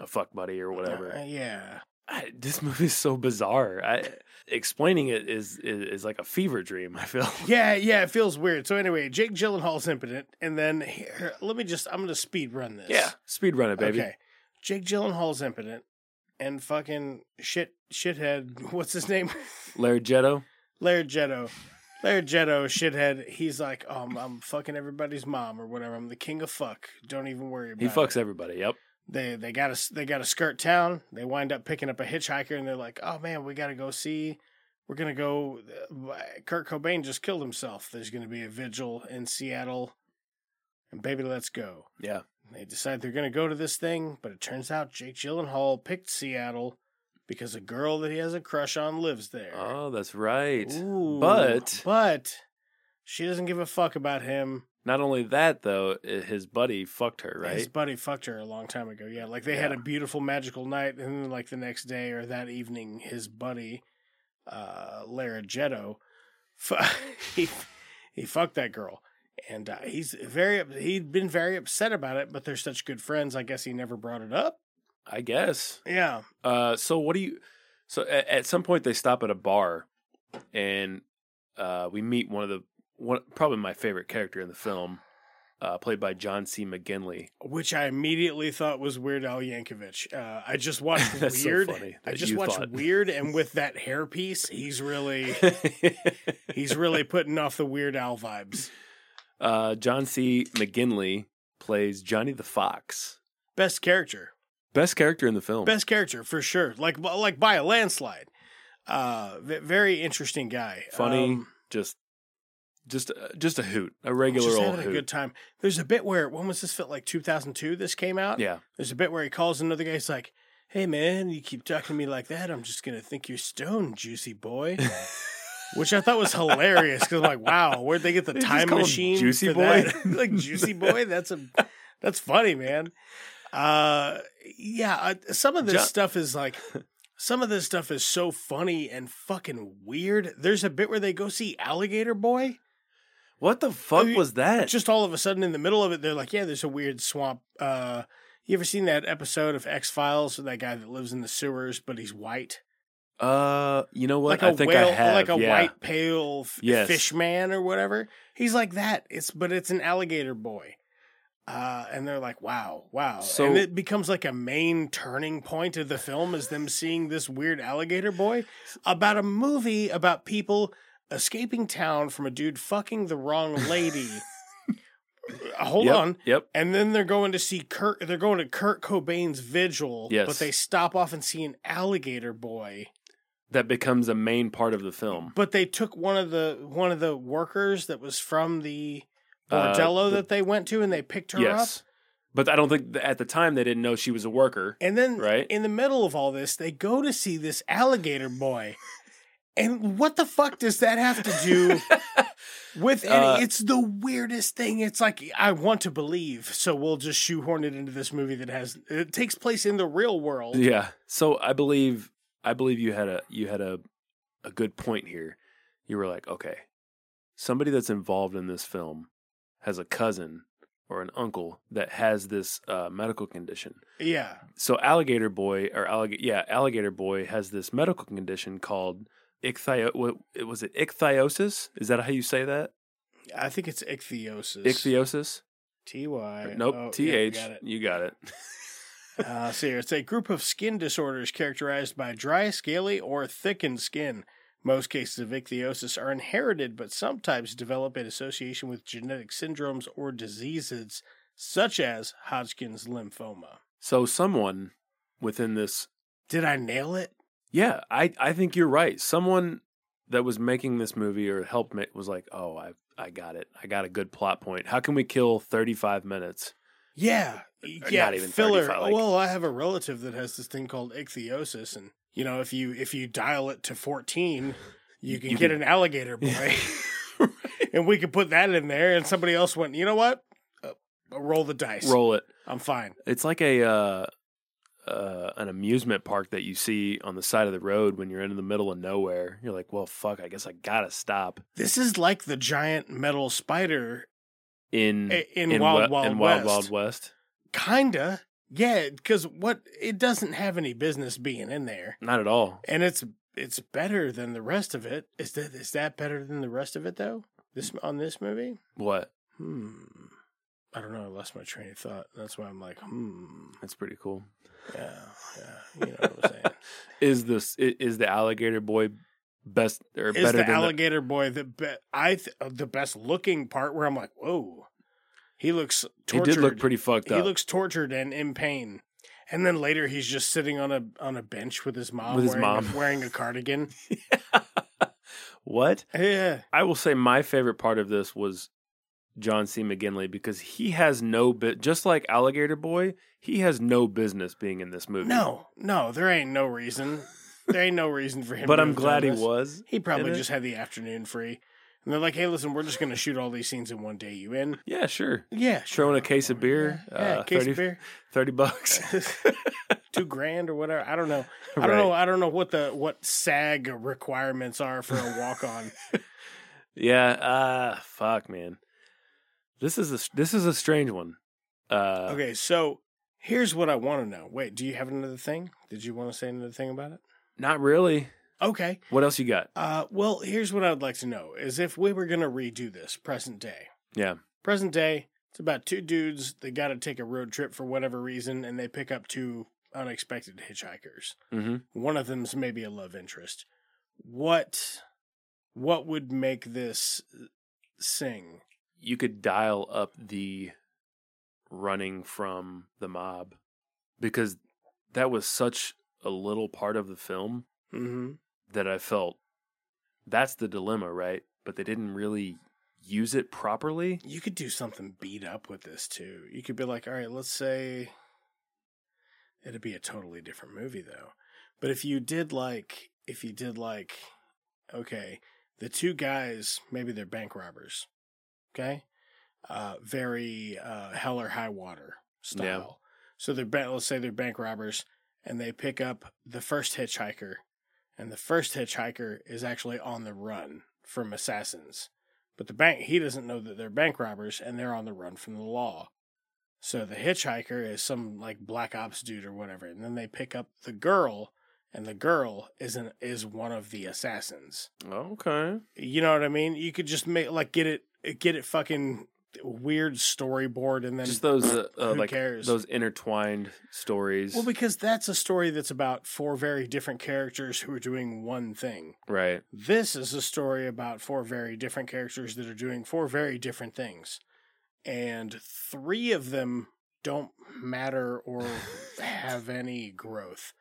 J: a fuck buddy or whatever.
I: Uh, yeah.
J: I, this movie's so bizarre. I, explaining it is, is is like a fever dream. I feel.
I: Yeah, yeah, it feels weird. So anyway, Jake Gyllenhaal's impotent, and then here, let me just I'm gonna speed run this.
J: Yeah, speed run it, baby.
I: Okay. Jake Gyllenhaal's impotent, and fucking shit shithead. What's his name?
J: Larry Jetto.
I: Laird Jetto. Laird Jetto, shithead. He's like, oh, I'm, I'm fucking everybody's mom or whatever. I'm the king of fuck. Don't even worry about
J: He
I: it.
J: fucks everybody. Yep.
I: they they got to they got to skirt town. They wind up picking up a hitchhiker, and they're like, "Oh man, we got to go see. We're gonna go." uh, Kurt Cobain just killed himself. There's gonna be a vigil in Seattle, and baby, let's go.
J: Yeah.
I: And they decide they're gonna go to this thing, but it turns out Jake Gyllenhaal picked Seattle because a girl that he has a crush on lives there.
J: Oh, that's right.
I: Ooh,
J: but-
I: but she doesn't give a fuck about him.
J: Not only that though, i- his buddy fucked her.
I: His
J: Right.
I: buddy fucked her a long time ago. Yeah, like they had
J: Yeah.
I: a beautiful magical night, and then like the next day or that evening, his buddy, uh, Larighetto, fu- he he fucked that girl, and uh, he's very up- he'd been very upset about it. But they're such good friends, I guess he never brought it up.
J: I guess.
I: Yeah,
J: Uh, so what do you? So at, at some point they stop at a bar, and uh, we meet one of the one probably my favorite character in the film, uh, played by John C. McGinley.
I: which I immediately thought was Weird Al Yankovic. Uh, I just watched
J: That's so
I: Weird.
J: funny
I: I
J: that
I: just
J: you
I: watched
J: thought.
I: Weird, and with that hairpiece, he's really he's really putting off the Weird Al vibes.
J: uh, John C. McGinley plays Johnny the Fox,
I: Best character.
J: best character in the film.
I: Best character for sure, like like by a landslide. Uh, v- very interesting guy.
J: Funny,
I: Um,
J: just, just, uh, just a hoot, a regular
I: just
J: old
I: having a
J: hoot.
I: good time. There's a bit where when was this fit like 2002? This came out.
J: yeah,
I: There's a bit where he calls another guy. He's like, "Hey man, you keep talking to me like that. I'm just gonna think you're stoned, juicy boy." Which I thought was hilarious because I'm like, "Wow, where'd they get the
J: They just
I: time
J: call him
I: machine?"
J: Juicy
I: for
J: Boy?
I: that? like juicy boy. That's a that's funny, man. Uh, yeah. I, some of this
J: Ju-
I: stuff is like. Some of this stuff is so funny and fucking weird. There's a bit where they go see Alligator Boy
J: what the fuck
I: you-
J: was that?
I: just all of a sudden in the middle of it, they're like, yeah, there's a weird swamp. Uh, you ever seen that episode of X Files with that guy that lives in the sewers, but he's white?
J: uh, you know
I: like
J: what?
I: a
J: I think
I: whale,
J: I have.
I: like a
J: yeah.
I: white pale f-
J: Yes.
I: fish man or whatever. He's like that. It's but it's an alligator boy. Uh, and they're like, wow, wow.
J: So-
I: and it becomes like a main turning point of the film is them seeing this weird alligator boy about a movie about people escaping town from a dude fucking the wrong lady. Hold
J: Yep,
I: on.
J: Yep.
I: And then they're going to see Kurt. They're going to Kurt Cobain's vigil.
J: Yes.
I: But they stop off and see an alligator boy.
J: That becomes a main part of the film.
I: But they took one of the one of the workers that was from the
J: Uh,
I: bordello
J: the-
I: that they went to, and they picked her
J: yes.
I: up.
J: But I don't think th- at the time they didn't know she was a worker.
I: And then,
J: Right.
I: in the middle of all this, they go to see this alligator boy. And what the fuck does that have to do with any?
J: Uh,
I: it's the weirdest thing. It's like I want to believe, so we'll just shoehorn it into this movie that has it takes place in the real world.
J: Yeah. So I believe I believe you had a you had a a good point here. You were like, okay, somebody that's involved in this film has a cousin or an uncle that has this uh, medical condition.
I: Yeah.
J: So alligator boy or alligator yeah alligator boy has this medical condition called ichthyo. What was it? Ichthyosis? Is that how you say that?
I: I think it's ichthyosis.
J: Ichthyosis?
I: T Y. Oh,
J: nope. T H.
I: got it.
J: you got it.
I: Uh, so here, it's a group of skin disorders characterized by dry, scaly, or thickened skin. Most cases of ichthyosis are inherited, but sometimes develop in association with genetic syndromes or diseases such as Hodgkin's lymphoma.
J: So someone within this
I: Did I nail it?
J: Yeah, I, I think you're right. Someone that was making this movie or helped make was like, oh, I I got it. I got a good plot point. How can we kill 35 minutes?
I: Yeah,
J: Or
I: yeah,
J: not even
I: filler.
J: 35, like-
I: Well, I have a relative that has this thing called ichthyosis, and you know, if you if you dial it to fourteen, you can
J: You
I: get an
J: can-
I: alligator boy, and we could put that in there. And somebody else went, you know what? Uh, roll the dice.
J: Roll it.
I: I'm fine.
J: It's like a uh, uh, an amusement park that you see on the side of the road when you're in the middle of nowhere. You're like, well, fuck, I guess I gotta stop
I: This is like the giant metal spider,
J: in
I: I- in Wild
J: Wa-
I: Wild
J: in Wild
I: West.
J: Wild West.
I: kinda. Yeah, because what it doesn't have any business being in there,
J: Not at all.
I: and it's it's better than the rest of it. Is that is that better than the rest of it though? This on this movie.
J: What?
I: hmm. I don't know. I lost my train of thought. That's why I'm like, hmm.
J: That's pretty cool.
I: Yeah, yeah. You know what I'm saying?
J: Is this i- is the alligator boy best or
I: Is
J: better
I: the
J: than the-
I: alligator boy the be- I th- uh, the best looking part? Where I'm like, whoa, he looks
J: He
I: tortured.
J: did look pretty fucked
I: He
J: up.
I: looks tortured and in pain. And then later, he's just sitting on a on a bench with his mom,
J: With his
I: wearing,
J: mom.
I: A, wearing a cardigan.
J: what?
I: yeah,
J: I will say my favorite part of this was John C. McGinley because he has no bit, just like Alligator Boy, he has no business being in this movie.
I: no, no, there ain't no reason. There ain't no reason for him.
J: but
I: to
J: I'm
I: have done
J: glad he
I: this.
J: was.
I: He probably
J: in it.
I: just had the afternoon free. And they're like, hey, listen, we're just going to shoot all these scenes in one day. You in?
J: yeah, sure.
I: Yeah.
J: Throwing a case of beer,
I: Yeah, yeah,
J: uh,
I: case
J: 30,
I: of beer.
J: thirty bucks.
I: Two grand or whatever. I don't know. I don't know. I don't know what the what SAG requirements are for a walk on.
J: yeah, uh, fuck, man. This is a this is a strange one. Uh,
I: okay, so here's what I want to know. Wait, do you have another thing? Did you want to say another thing about it?
J: not really.
I: Okay.
J: What else you got?
I: Uh, well, here's what I'd like to know: is if we were going to redo this present day.
J: Yeah.
I: Present day, it's about two dudes. They got to take a road trip for whatever reason, and they pick up two unexpected hitchhikers.
J: Mm-hmm.
I: One of them's maybe a love interest. What, what would make this uh, sing?
J: you could dial up the running from the mob because that was such a little part of the film
I: Mm-hmm.
J: that I felt that's the dilemma, right? But they didn't really use it properly.
I: You could do something beat up with this too. You could be like, all right, let's say it'd be a totally different movie though. But if you did like, if you did like, okay, the two guys, maybe they're bank robbers, okay? Uh, very uh, hell or high water style.
J: Yeah.
I: So they're, ba- let's say they're bank robbers and they pick up the first hitchhiker and the first hitchhiker is actually on the run from assassins. But the bank he doesn't know that they're bank robbers and they're on the run from the law. So the hitchhiker is some like black ops dude or whatever, and then they pick up the girl, and the girl is an, is one of the assassins.
J: Okay.
I: You know what I mean? You could just make like get it get it fucking weird storyboard and then
J: Just those uh, uh,
I: Who
J: like
I: cares?
J: those intertwined stories.
I: well because that's a story that's about four very different characters who are doing one thing.
J: right.
I: This is a story about four very different characters that are doing four very different things. And three of them don't matter or have any growth.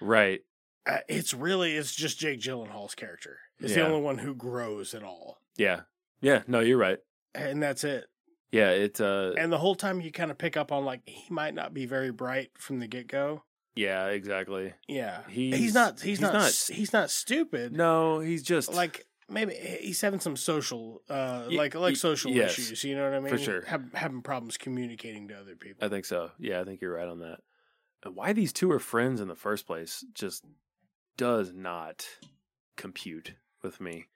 J: Right.
I: Uh, it's really, it's just Jake Gyllenhaal's character. It's
J: Yeah.
I: the only one who grows at all.
J: Yeah. Yeah, no, you're right.
I: And that's it.
J: Yeah, it's uh
I: And the whole time you kind of pick up on like, he might not be very bright from the get go.
J: yeah, exactly.
I: Yeah.
J: He's-
I: he's not, he's,
J: he's
I: not,
J: not-
I: s- he's not stupid.
J: No, he's just
I: like maybe he's having some social uh
J: Y-
I: like
J: y-
I: like social
J: yes.
I: issues you know what i mean
J: sure.
I: Hav- having problems communicating to other people
J: I think so. Yeah, I think you're right on that. And Why these two are friends in the first place just does not compute with me.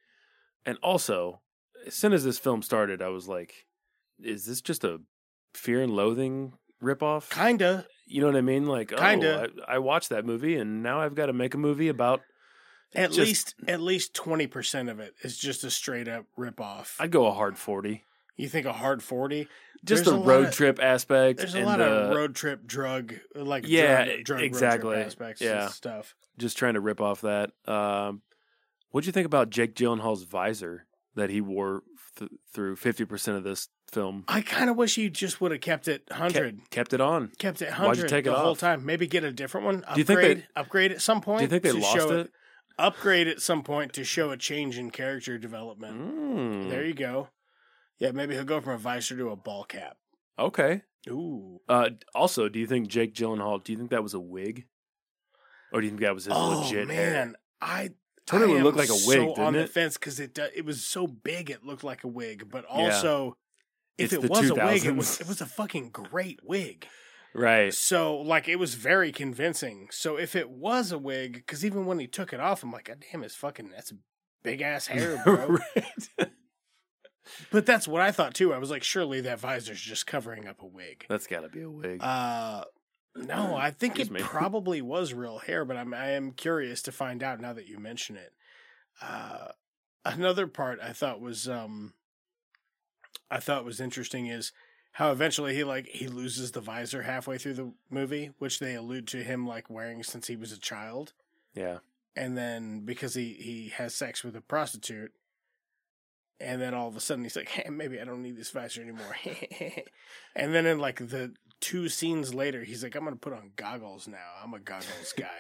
J: And also, as soon as this film started, I was like, is this just a fear and loathing ripoff?
I: kinda
J: you know what I mean? Like,
I: Kinda.
J: oh, I, I watched that movie and now I've got to make a movie about.
I: at
J: Just-
I: least at least 20% of it is just a straight up rip off
J: I'd go a hard 40.
I: you think a hard 40 There's
J: Just the
I: a lot
J: road
I: of-
J: trip aspect.
I: there's a
J: and
I: lot
J: the-
I: of road trip drug like
J: Yeah,
I: drug, drug road
J: exactly.
I: trip aspects
J: Yeah.
I: and stuff
J: just trying to rip off that. Um, what'd you think about Jake Gyllenhaal's visor that he wore th- through fifty percent of this film?
I: i kind of wish you just would have kept it 100
J: Kept, kept it on.
I: kept it 100
J: Why'd you take
I: the
J: it
I: whole
J: off?
I: time maybe get a different one upgrade
J: you think they-
I: upgrade at some point
J: Do you think they
I: to
J: lost
I: show
J: it?
I: upgrade at some point to show a change in character development
J: Mm,
I: There you go. Yeah, maybe he'll go from a visor to a ball cap.
J: okay.
I: Ooh.
J: Uh, also, do you think Jake Gyllenhaal? Do you think that was a wig, or do you think that was his
I: oh
J: legit
I: man,
J: hair?
I: I
J: Totally
I: I am
J: looked like a wig,
I: So
J: didn't
I: on the
J: it?
I: fence because it do- it was so big, it looked like a wig. But
J: Yeah.
I: also, if
J: It's
I: it
J: the
I: was a wig, it
J: 2000s.
I: was it was a fucking great wig.
J: Right.
I: So like, it was very convincing. So if it was a wig, because even when he took it off, I'm like, God damn, it's fucking that's big ass hair, bro.
J: right.
I: but that's what I thought too. I was like, surely that visor's just covering up a wig.
J: That's got to be a wig.
I: Uh, no, I think it
J: Excuse me.
I: probably was real hair, but I'm I am curious to find out now that you mention it. Uh, another part I thought was um, I thought was interesting is how eventually he like he loses the visor halfway through the movie, which they allude to him like wearing since he was a child,
J: yeah.
I: and then because he he has sex with a prostitute. And then all of a sudden he's like, hey, maybe I don't need this visor anymore. and then in like the two scenes later, he's like, I'm gonna put on goggles now. I'm a goggles guy.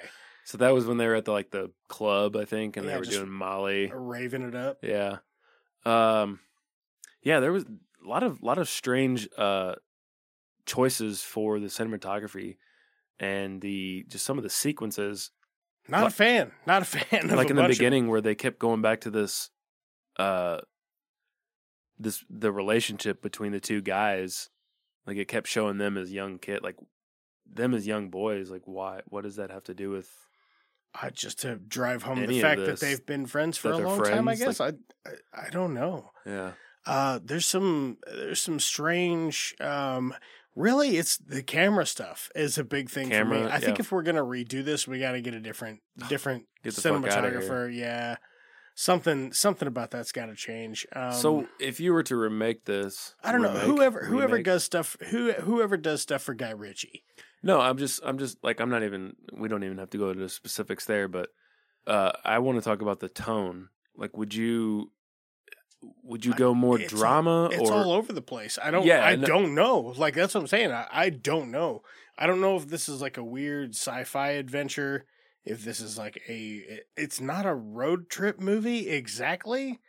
J: So that was when they were at the like the club, I think, and
I: Yeah,
J: they were
I: just-
J: doing Molly.
I: Raving it up.
J: Yeah. Um yeah, there was a lot of lot of strange uh choices for the cinematography and the just some of the sequences
I: Not
J: Like-
I: a fan. Not a fan. Of
J: like
I: a
J: in the
I: bunch of-
J: beginning where they kept going back to this uh this the relationship between the two guys like it kept showing them as young kid like them as young boys like why what does that have to do with
I: I- just to drive home
J: Any
I: the
J: of
I: fact
J: this,
I: that they've been friends for
J: that
I: a
J: they're
I: long time. I
J: friends,
I: guess I, I I don't know.
J: yeah
I: Uh, there's some there's some strange. Um, really, it's the camera stuff is a big thing for me.
J: Camera,
I: I think
J: yeah.
I: if we're gonna redo this, we got to get a different different
J: Get the fuck outta here.
I: cinematographer. Yeah, something something about that's got to change. Um,
J: so if you were to remake this
I: I don't know
J: remake-
I: whoever whoever
J: remake-
I: does stuff who whoever does stuff for Guy Ritchie.
J: No, I'm just, I'm just like, I'm not even. We don't even have to go into specifics there, but uh, I want to talk about the tone. Like, would you, would you go more
I: It's-
J: drama
I: It's
J: or
I: all over the place. I don't.
J: Yeah,
I: I
J: and-
I: don't know. Like that's what I'm saying. I, I don't know. I don't know if this is like a weird sci-fi adventure. if this is like a it- it's not a road trip movie exactly.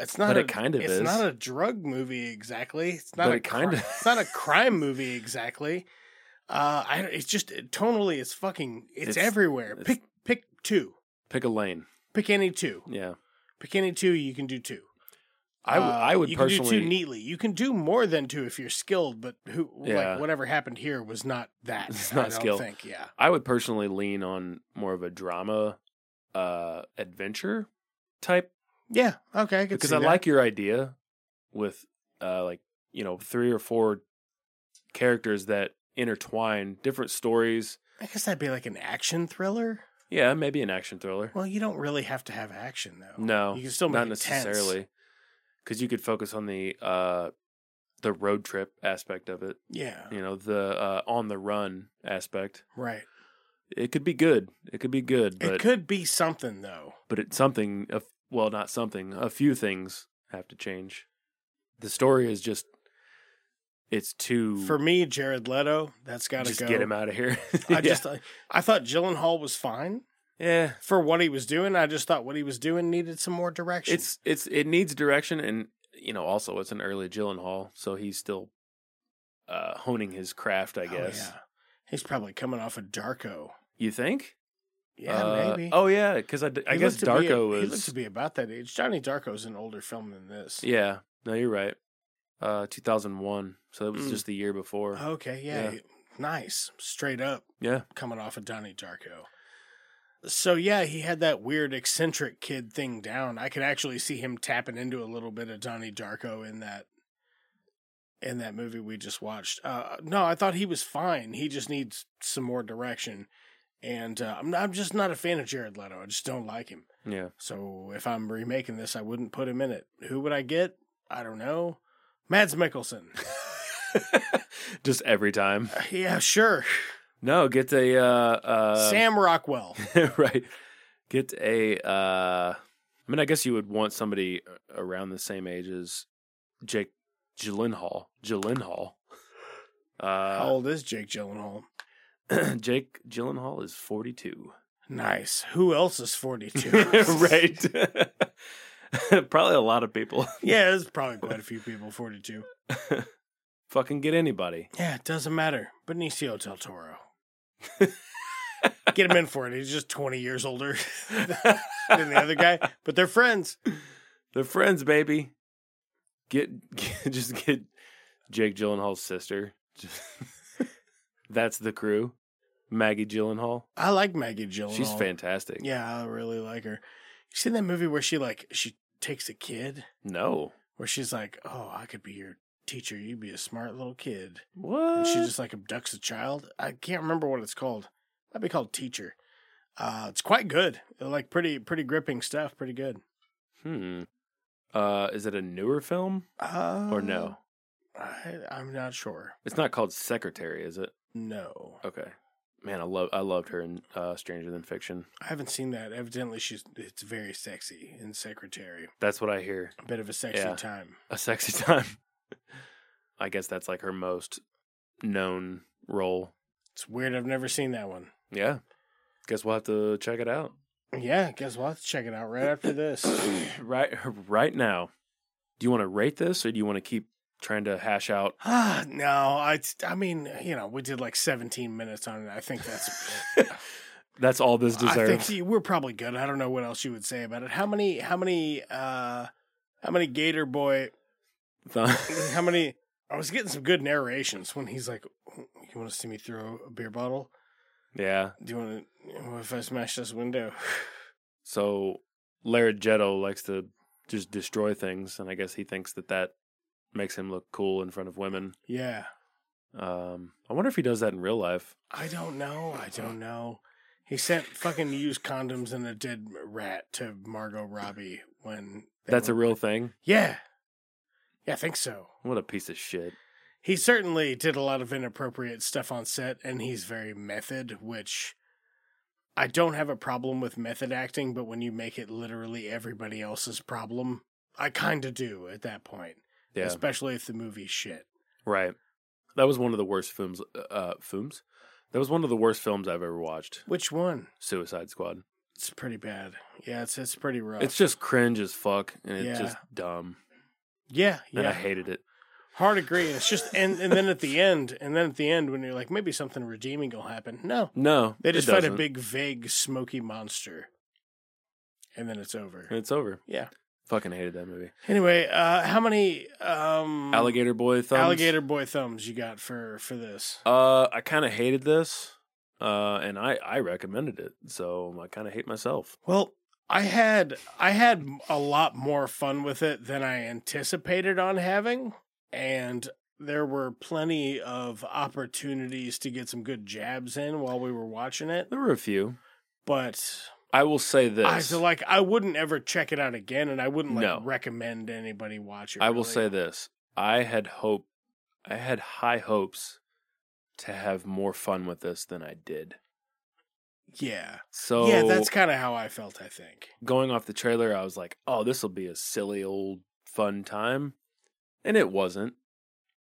I: It's not
J: But
I: a,
J: it kind of
I: it's
J: is.
I: not a drug movie exactly. It's not
J: But
I: a
J: it kind
I: cri-
J: of-
I: it's not a crime movie exactly. Uh, I, it's just tonally, it's fucking, it's,
J: It's-
I: everywhere.
J: it's-
I: pick pick two,
J: Pick a lane.
I: pick any two,
J: Yeah.
I: pick any two. You can do two.
J: I w-
I: Uh,
J: I would
I: you
J: personally.
I: can do two neatly. You can do more than two if you're skilled, but who
J: Yeah.
I: like whatever happened here was not that.
J: It's
I: I
J: not
I: don't
J: skill.
I: think. Yeah,
J: I would personally lean on more of a drama, uh, adventure type
I: yeah. Okay, I could
J: because
I: see
J: I
I: that.
J: like your idea with uh, like you know three or four characters that intertwine different stories.
I: I guess that'd be like an action thriller.
J: Yeah, maybe an action thriller.
I: Well, you don't really have to have action though.
J: No,
I: you can still make
J: not
I: it tense.
J: necessarily because you could focus on the uh, the road trip aspect of it.
I: Yeah,
J: You know the uh, on the run aspect.
I: right.
J: It could be good. It could be good, but
I: it could be something though.
J: but it's something of well not something a few things have to change the story is just it's too
I: For me, Jared Leto, that's got to
J: just
I: go.
J: get him out of here
I: I just uh, I, I thought Gyllenhaal was fine
J: yeah
I: for what he was doing. I just thought what he was doing needed some more direction.
J: it's it's it needs direction and you know also it's an early Gyllenhaal so he's still uh honing his craft i
I: Oh,
J: guess
I: yeah. He's probably coming off of Darko.
J: you think
I: Yeah,
J: Uh,
I: maybe.
J: oh yeah because i, d- I
I: He
J: guess
I: looked to be-
J: darko
I: He
J: was
I: looked to be about that age. Johnny Darko's an older film than this.
J: yeah no you're right uh 2001 so that was
I: Mm.
J: just the year before
I: Okay, yeah,
J: Yeah.
I: he- nice, straight up
J: yeah
I: coming off of Johnny Darko. So yeah, he had that weird eccentric kid thing down. I could actually see him tapping into a little bit of Johnny Darko in that in that movie we just watched. Uh, no, I thought he was fine. He just needs some more direction. And uh, I'm I'm just not a fan of Jared Leto. I just don't like him.
J: yeah
I: So if I'm remaking this, I wouldn't put him in it. Who would I get? I don't know. Mads Mikkelsen. Uh,
J: just every time
I: yeah, sure.
J: No, get a uh, uh um,
I: Sam Rockwell.
J: right. Get a uh I mean I guess you would want somebody around the same age as Jake Gyllenhaal. Gyllenhaal.
I: How
J: Uh
I: old is Jake Gyllenhaal?
J: Jake Gyllenhaal is 42.
I: Nice. Who else is 42?
J: right. Probably a lot of people.
I: Yeah, there's probably quite a few people 42.
J: Fucking get anybody.
I: Yeah, it doesn't matter. Benicio del Toro. Get him in for it. He's just 20 years older than the other guy, but they're friends.
J: They're friends, baby. Get, get just get Jake Gyllenhaal's sister. Just- That's the crew. Maggie Gyllenhaal.
I: I like Maggie Gyllenhaal.
J: She's fantastic.
I: Yeah, I really like her. You seen that movie where she like she takes a kid
J: No.
I: where she's like, "Oh, I could be your teacher. You'd be a smart little kid,"
J: What?
I: and she just like abducts a child. I can't remember what it's called. That'd be called Teacher. Uh, it's quite good. Like pretty pretty gripping stuff. Pretty good.
J: hmm. Uh, is it a newer film
I: Uh,
J: or no?
I: I, I'm not sure.
J: It's not called Secretary, is it?
I: No,
J: Okay. Man, I love I loved her in uh, Stranger Than Fiction.
I: I haven't seen that. Evidently, she's it's very sexy in Secretary.
J: That's what I hear.
I: A bit of a sexy
J: Yeah.
I: time.
J: A sexy time. I guess that's like her most known role.
I: It's weird. I've never seen that one.
J: Yeah. Guess we'll have to check it out.
I: Yeah, guess what? Check it out right after this.
J: right right now. Do you want to rate this or do you want to keep trying to hash out
I: Ah, no, I, I mean, you know, we did like 17 minutes on it. I think that's,
J: that's all this
I: I
J: deserves?
I: think we're probably good. I don't know what else you would say about it. How many, how many, uh, how many Gator Boy,
J: Th-
I: how many, I was getting some good narrations when he's like, you want to see me throw a beer bottle?
J: yeah.
I: Do you want to, what if I smash this window?
J: So Larighetto likes to just destroy things and I guess he thinks that that makes him look cool in front of women.
I: Yeah.
J: Um I wonder if he does that in real life.
I: I don't know. I don't know. He sent fucking used condoms and a dead rat to Margot Robbie when they
J: That's a
I: were-
J: real thing.
I: Yeah. Yeah, I think so.
J: What a piece of shit.
I: He certainly did a lot of inappropriate stuff on set, and he's very method, which I don't have a problem with method acting, but when you make it literally everybody else's problem, I kind of do at that point,
J: Yeah.
I: especially if the movie's shit.
J: Right. That was one of the worst films uh films That was one of the worst films I've ever watched.
I: Which one?
J: Suicide Squad.
I: It's pretty bad. Yeah, it's Oh, it's pretty rough.
J: It's just cringe as fuck, and it's
I: Yeah.
J: just dumb.
I: yeah, yeah.
J: And I hated it.
I: Hard agree. It's just and, and then at the end, and then at the end when you're like maybe something redeeming will happen. No,
J: No,
I: they
J: it
I: just fight a
J: doesn't.
I: big, vague, smoky monster, and then it's over.
J: And it's over.
I: Yeah.
J: Fucking hated that movie.
I: Anyway, uh, how many um,
J: Alligator Boy thumbs.
I: alligator boy thumbs you got for for this?
J: Uh, I kind of hated this, uh, and I I recommended it, so I kind of hate myself.
I: Well, I had I had a lot more fun with it than I anticipated on having, and there were plenty of opportunities to get some good jabs in while we were watching it.
J: There were a few.
I: But
J: I will say this.
I: I feel like I wouldn't ever check it out again, and I wouldn't like
J: No.
I: recommend anybody watch it.
J: I will
I: really.
J: say this. I had hope I had high hopes to have more fun with this than I did.
I: yeah,
J: So
I: yeah, that's kind of how I felt. I think.
J: going off the trailer, I was like, "Oh, this will be a silly old fun time." And it wasn't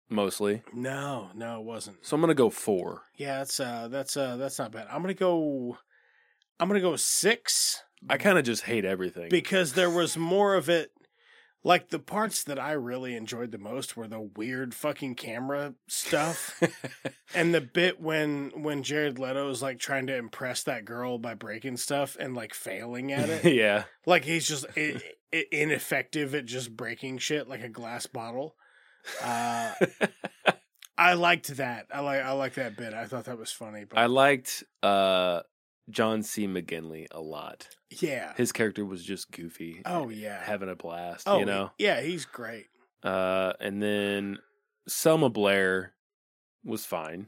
J: mostly.
I: No, no, it wasn't.
J: So I'm going to go 4.
I: Yeah, that's uh, that's uh, that's not bad. I'm gonna go. I'm gonna go six.
J: I kind of just hate everything.
I: because there was more of it. Like the parts that I really enjoyed the most were the weird fucking camera stuff and the bit when when Jared Leto is like trying to impress that girl by breaking stuff and like failing at it.
J: yeah.
I: like he's just i i ineffective at just breaking shit like a glass bottle. Uh, I liked that. I like I like that bit. I thought that was funny. But
J: I liked uh John C. McGinley a lot.
I: yeah.
J: His character was just goofy.
I: Oh yeah.
J: Having a blast,
I: Oh
J: you know.
I: yeah. He's great.
J: Uh, and then Selma Blair was fine.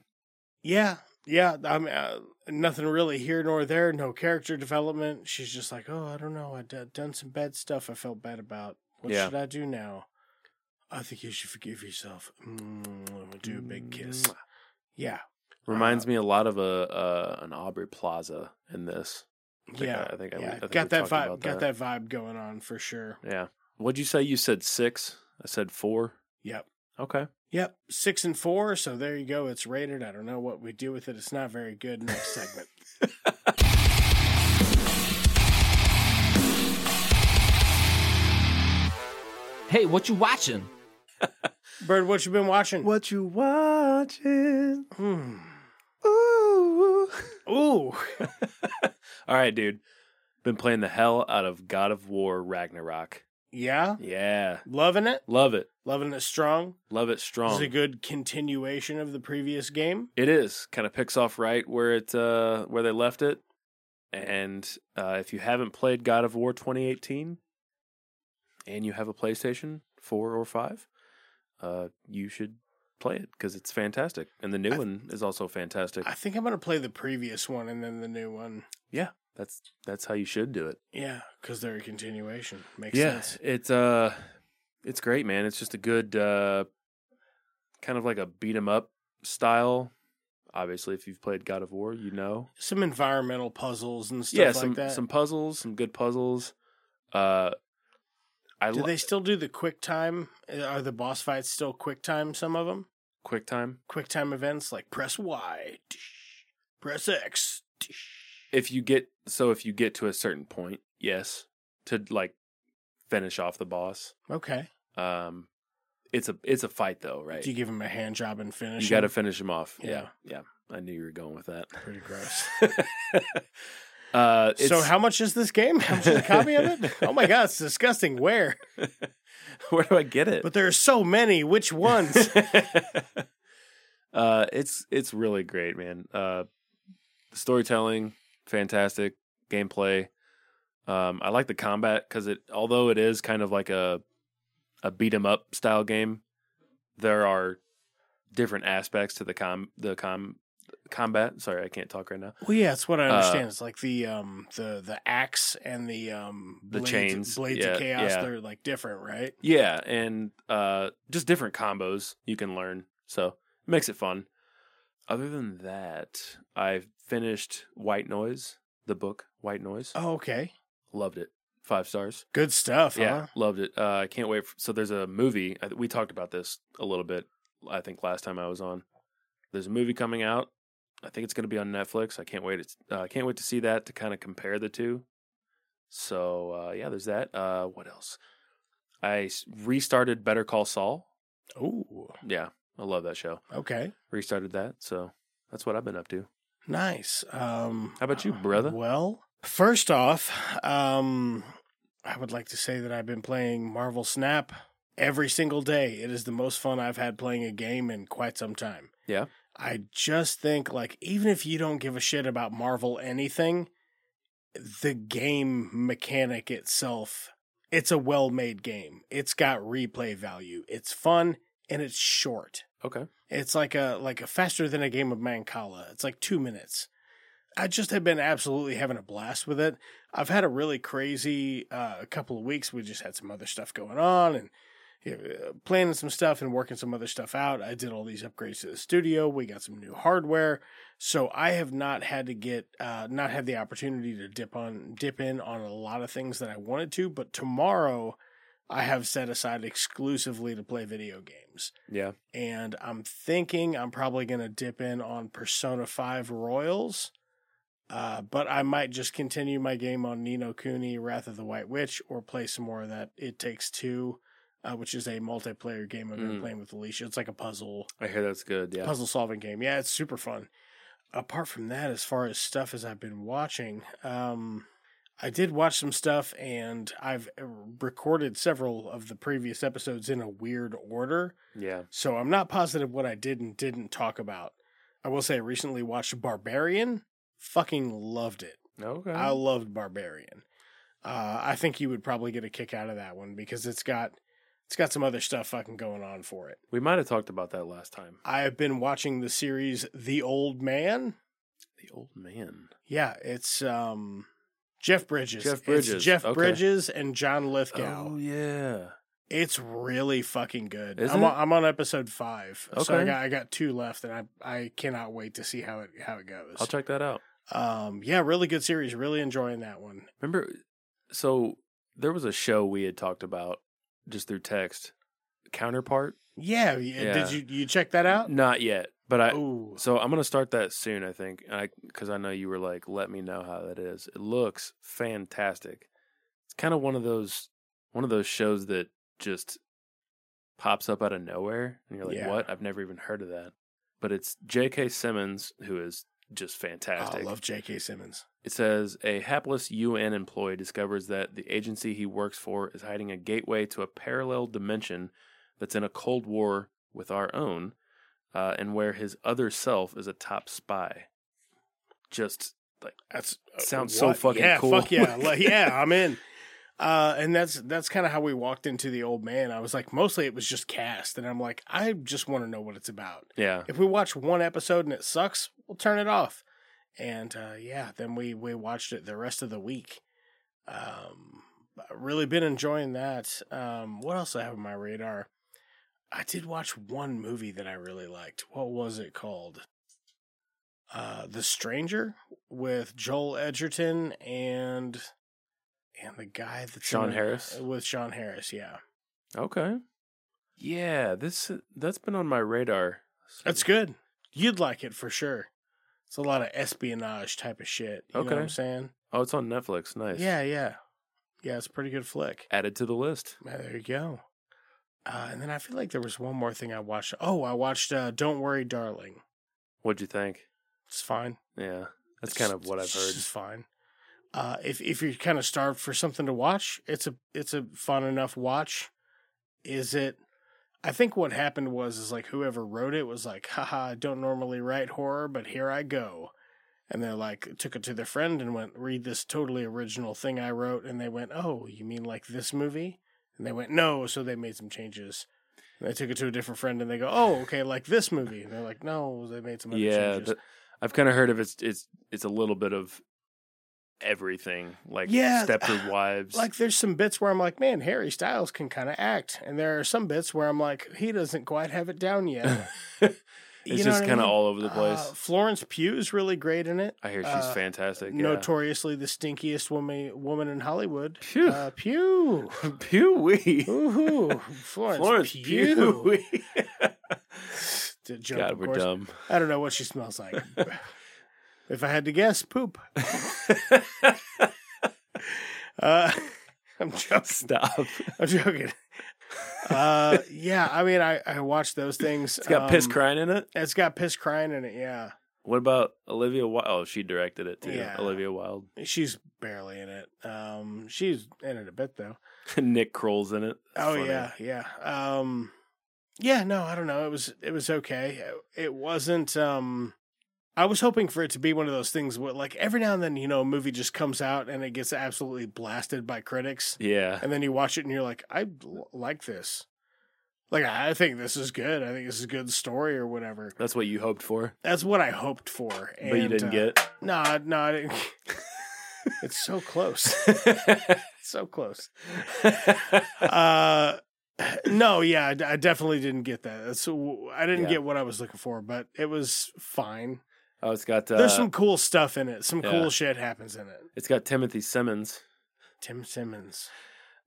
I: Yeah, yeah. I'm uh, nothing really here nor there. No character development. She's just like, oh, I don't know. I d- done some bad stuff. I felt bad about. What
J: Yeah.
I: should I do now? I think you should forgive yourself. Mm, do a big kiss. Uh-huh.
J: Mwah.
I: Yeah,
J: Reminds me a lot of a uh, an Aubrey Plaza in this. think
I: yeah.
J: I- I think I-
I: yeah.
J: I think we
I: got that
J: talked
I: vibe.
J: about
I: Got that vibe going on for sure.
J: Yeah. What'd you say? You said six. I said four.
I: Yep.
J: Okay.
I: Yep, six and four. So there you go. It's rated. I don't know what we do with it. It's not very good. Next segment.
K: Hey, what you watching?
I: Bird, what you been watching?
J: What you watching?
I: Hmm.
J: Ooh.
I: Ooh.
J: All right, dude. Been playing the hell out of God of War Ragnarok.
I: Yeah,
J: Yeah.
I: loving it.
J: Love it.
I: Loving it strong.
J: Love it strong.
I: This is a good continuation of the previous game.
J: It is kind of picks off right where it uh, where they left it. And uh, if you haven't played God of War 2018, and you have a PlayStation 4 or 5, uh, you should play it because it's fantastic. And the new
I: I-
J: one is also fantastic.
I: I think I'm gonna play the previous one and then the new one.
J: yeah, that's that's how you should do it.
I: Yeah, because they're a continuation. Makes sense.
J: it's uh, it's great, man. It's just a good uh, kind of like a beat 'em up style. Obviously, if you've played God of War, you know.
I: Some environmental puzzles and stuff
J: yeah,
I: like
J: some
I: that.
J: some puzzles, some good puzzles. Uh, I
I: Do
J: li-
I: they still do the quick time? Are the boss fights still quick time? Some of them
J: quick time.
I: quick time events like press Y, tsh, press X. tsh.
J: If you get so, if you get to a certain point, yes, to like finish off the boss.
I: Okay.
J: Um, it's a it's a fight though, right?
I: Do you give him a hand job and finish?
J: You got to
I: him?
J: finish him off. Yeah. yeah,
I: Yeah.
J: I knew you were going with that.
I: Pretty gross.
J: uh,
I: so
J: it's-
I: how much is this game? How much is a copy of it? Oh my god, it's disgusting. Where?
J: where do I get it?
I: But there are so many. Which ones?
J: uh, it's it's really great, man. Uh, storytelling, fantastic gameplay. Um, I like the combat because it, although it is kind of like a a beat 'em up style game, there are different aspects to the com the com combat. Sorry, I can't talk right now.
I: Well, yeah, it's what I
J: Uh,
I: understand. it's like the um the the axe and the um
J: The
I: blades,
J: chains.
I: blades
J: Yeah,
I: of chaos.
J: yeah.
I: They're like different, right?
J: Yeah, and uh, just different combos you can learn. So it makes it fun. Other than that, I finished White Noise, the book White Noise.
I: Oh, okay,
J: Loved it. Five stars.
I: good stuff.
J: Yeah,
I: huh?
J: loved it. Uh, I can't wait. For, so there's a movie. I, we talked about this a little bit, I think, last time I was on. There's a movie coming out I think it's going to be on Netflix. I can't wait. To, uh, I can't wait to see that to kind of compare the two. So uh, yeah, there's that. Uh, what else? I s- restarted Better Call Saul.
I: Oh,
J: Yeah, I love that show.
I: okay.
J: Restarted that, so that's what I've been up to.
I: Nice. Um,
J: How about you, brother?
I: Well, first off, um, I would like to say that I've been playing Marvel Snap every single day. It is the most fun I've had playing a game in quite some time.
J: Yeah.
I: I just think, like, even if you don't give a shit about Marvel anything, the game mechanic itself, it's a well made game. It's got replay value. It's fun and it's short.
J: Okay.
I: It's like a like a faster than a game of Mancala. It's like two minutes. I just have been absolutely having a blast with it. I've had a really crazy uh, couple of weeks. We just had some other stuff going on and you know, uh, planning some stuff and working some other stuff out. I did all these upgrades to the studio. We got some new hardware, so I have not had to get uh, not had the opportunity to dip on dip in on a lot of things that I wanted to. But tomorrow, I have set aside exclusively to play video games
J: Yeah.
I: and I'm thinking I'm probably going to dip in on Persona 5 Royals. Uh, but I might just continue my game on Nino Cooney, Wrath of the White Witch, or play some more of that It Takes Two, uh, which is a multiplayer game I've been
J: Mm.
I: playing with Alicia. It's like a puzzle
J: I hear that's good. Yeah.
I: puzzle solving game. Yeah, it's super fun. Apart from that, as far as stuff as I've been watching, um, I did watch some stuff and I've uh, recorded several of the previous episodes in a weird order.
J: Yeah.
I: So I'm not positive what I did and didn't talk about. I will say I recently watched Barbarian. Fucking loved it.
J: Okay.
I: I loved Barbarian. Uh, I think you would probably get a kick out of that one because it's got it's got some other stuff fucking going on for it.
J: we might have talked about that last time.
I: I have been watching the series The Old Man.
J: The old man.
I: Yeah, it's um Jeff Bridges.
J: Jeff
I: It's
J: Bridges,
I: Jeff
J: okay.
I: Bridges and John Lithgow.
J: Oh yeah.
I: It's really fucking good.
J: Is
I: I'm
J: it?
I: on, I'm on episode five, so I
J: Okay.
I: got I got two left, and I I cannot wait to see how it how it goes.
J: I'll check that out.
I: Um, yeah, really good series. Really enjoying that one.
J: Remember, so there was a show we had talked about just through text, Counterpart.
I: Yeah, y-
J: Yeah.
I: did you you check that out? Oh.
J: Not yet, but I.
I: Ooh,
J: So I'm gonna start that soon, I think, I because I know you were like, let me know how that is. It looks fantastic. It's kind of one of those one of those shows that just pops up out of nowhere, and you're like,
I: Yeah.
J: what? I've never even heard of that. But it's J.K. Simmons who is just
I: I
J: fantastic.
I: love J.K. Simmons.
J: It says a hapless UN employee discovers that the agency he works for is hiding a gateway to a parallel dimension that's in a cold war with our own, uh, and where his other self is a top spy. Just like
I: That's uh,
J: Sounds so fucking
I: yeah,
J: cool.
I: Fuck yeah, like, yeah, I'm in. Uh, and that's that's kind of how we walked into the old man. I was like, mostly it was just cast, and I'm like, I just want to know what it's about.
J: yeah,
I: If we watch one episode and it sucks, we'll turn it off. And uh, yeah, then we we watched it the rest of the week. Um, really been enjoying that. Um, what else I have on my radar? I did watch one movie that I really liked. What was it called? Uh, The Stranger with Joel Edgerton and and the guy that's in
J: Sean
I: it-
J: Harris?
I: with Sean Harris. Yeah,
J: okay, yeah. This that's been on my radar.
I: That's good. You'd like it for sure. It's a lot of espionage type of shit. You know
J: Okay.
I: what I'm saying?
J: Oh, it's on Netflix. Nice.
I: Yeah, yeah. Yeah, it's a pretty good flick.
J: Added to the list.
I: Yeah, there you go. Uh, and then I feel like there was one more thing I watched. Oh, I watched uh, Don't Worry, Darling.
J: What'd you think?
I: It's fine.
J: Yeah, that's kind of what I've heard.
I: It's fine. Uh, if if you're kind of starved for something to watch, it's a it's a fun enough watch. Is it? I think what happened was is like whoever wrote it was like, haha, I don't normally write horror, but here I go. And they're like took it to their friend and went, read this totally original thing I wrote, and they went, Oh, you mean like this movie? And they went, No, so they made some changes. And they took it to a different friend and they go, Oh, okay, like this movie. And they're like, No, they made some other
J: yeah,
I: changes.
J: the- I've kind of heard of it's it's it's a little bit of everything, like
I: Yeah,
J: Stepford Wives.
I: like there's some bits where I'm like, man, Harry Styles can kind of act, and there are some bits where I'm like, he doesn't quite have it down yet.
J: it's
I: You know
J: just
I: what I
J: kind of
I: mean?
J: all over the place.
I: Uh, Florence Pugh's really great in it.
J: I hear she's
I: uh,
J: fantastic. Yeah.
I: Notoriously the stinkiest woman woman in Hollywood.
J: Phew.
I: Uh, Pugh.
J: Pewee.
I: Ooh, Florence,
J: Florence
I: Pugh.
J: Pugh.
I: to jump.
J: God,
I: of
J: we're
I: course.
J: dumb.
I: I don't know what she smells like. if I had to guess, poop. uh, I'm joking.
J: Stop.
I: I'm joking. Uh, yeah, I mean, I, I watched those things.
J: It's got piss
I: Um,
J: crying in it.
I: It's got piss crying in it. Yeah,
J: What about Olivia Wilde? Oh, she directed it too.
I: Yeah.
J: Olivia Wilde.
I: she's barely in it. Um, she's in it a bit though.
J: Nick Kroll's in it. It's
I: Oh
J: funny.
I: yeah, yeah. Um yeah, no, I don't know. It was it was okay. It wasn't um I was hoping for it to be one of those things where like every now and then, you know, a movie just comes out and it gets absolutely blasted by critics
J: Yeah.
I: and then you watch it and you're like, I l- like this. Like I think this is good. I think this is a good story or whatever.
J: That's what you hoped for,
I: That's what I hoped for.
J: but you
I: uh,
J: didn't
I: No, nah, no, nah, I didn't. it's so close.
J: get.
I: so close. Uh, no, yeah, I d- I definitely didn't get that. That's, I didn't
J: Yeah.
I: get what I was looking for, but it was fine.
J: oh, it's got uh,
I: There's some cool stuff in it. Some
J: yeah.
I: cool shit happens in it.
J: it's got Timothy Simmons.
I: Tim Simmons.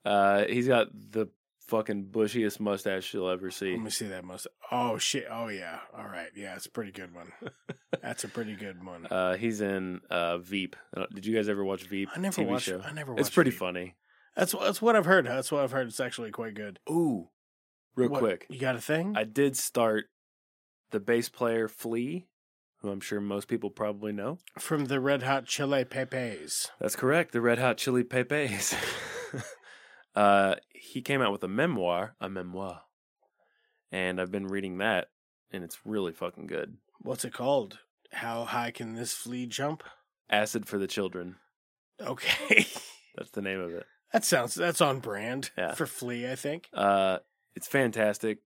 J: Uh, he's got the fucking bushiest mustache you'll ever see.
I: Let me see that most. Oh shit. Oh yeah. All right. Yeah, it's a pretty good one. That's a pretty good one.
J: Uh, he's in uh, Veep. Uh, Did you guys ever watch Veep?
I: I never
J: TV
I: watched.
J: show.
I: I never. Watched
J: It's pretty
I: Veep.
J: funny.
I: That's wh- that's what I've heard. That's what I've heard. It's actually quite good.
J: Ooh, real
I: What,
J: quick.
I: You got a thing?
J: I did start the bass player Flea, who I'm sure most people probably know.
I: From the Red Hot Chili Peppers.
J: That's correct. The Red Hot Chili Peppers. uh, he came out with a memoir, a memoir, and I've been reading that, and it's really fucking good.
I: What's it called? How high can this flea jump?
J: Acid for the Children.
I: Okay.
J: That's the name of it.
I: That sounds that's on brand
J: Yeah.
I: for Flea, I think.
J: Uh, it's fantastic.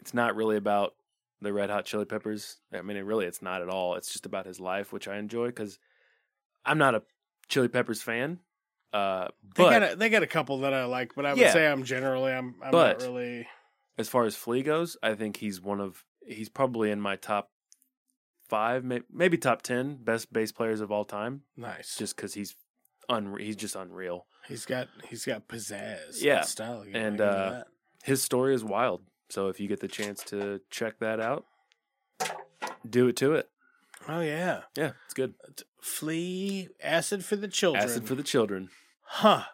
J: It's not really about the Red Hot Chili Peppers. I mean, it really, it's not at all. It's just about his life, which I enjoy because I'm not a Chili Peppers fan. Uh,
I: They
J: but
I: got a, they got a couple that I like, but I would
J: Yeah.
I: say I'm generally I'm I'm
J: But-
I: not really
J: as far as Flea goes, I think he's one of he's probably in my top five, maybe, maybe top ten best bass players of all time,
I: nice.
J: just because he's unre- he's just unreal.
I: he's got he's got pizzazz,
J: Yeah.
I: and style. again, I
J: And,
I: give him
J: uh,
I: that.
J: His story is wild, so if you get the chance to check that out, do it to it.
I: oh yeah,
J: Yeah, it's good.
I: Flea acid for the children.
J: Acid for the children.
I: huh?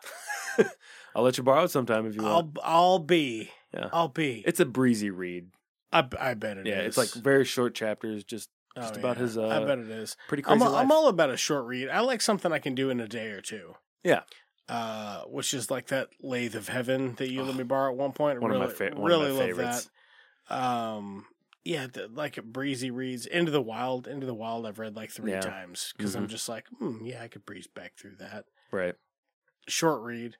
J: I'll let you borrow it sometime if you want.
I: I'll I'll be
J: Yeah.
I: I'll be.
J: It's a breezy read.
I: I, I bet it is.
J: Yeah, it's like very short chapters, just
I: Oh,
J: just about
I: yeah.
J: his, uh,
I: I bet it is.
J: pretty
I: I'm
J: crazy.
I: all, I'm
J: life.
I: all about a short read. I like something I can do in a day or two.
J: Yeah.
I: Uh, which is like that Lathe of Heaven that you let me borrow at one point.
J: One of
I: really,
J: my fa- one of
I: really
J: my
I: love
J: favorites.
I: that. Um, yeah, the, like breezy reads. Into the Wild. Into the Wild. I've read like three
J: Yeah.
I: times because I'm
J: Mhm.
I: just like, hmm, yeah, I could breeze back through that
J: right.
I: short read.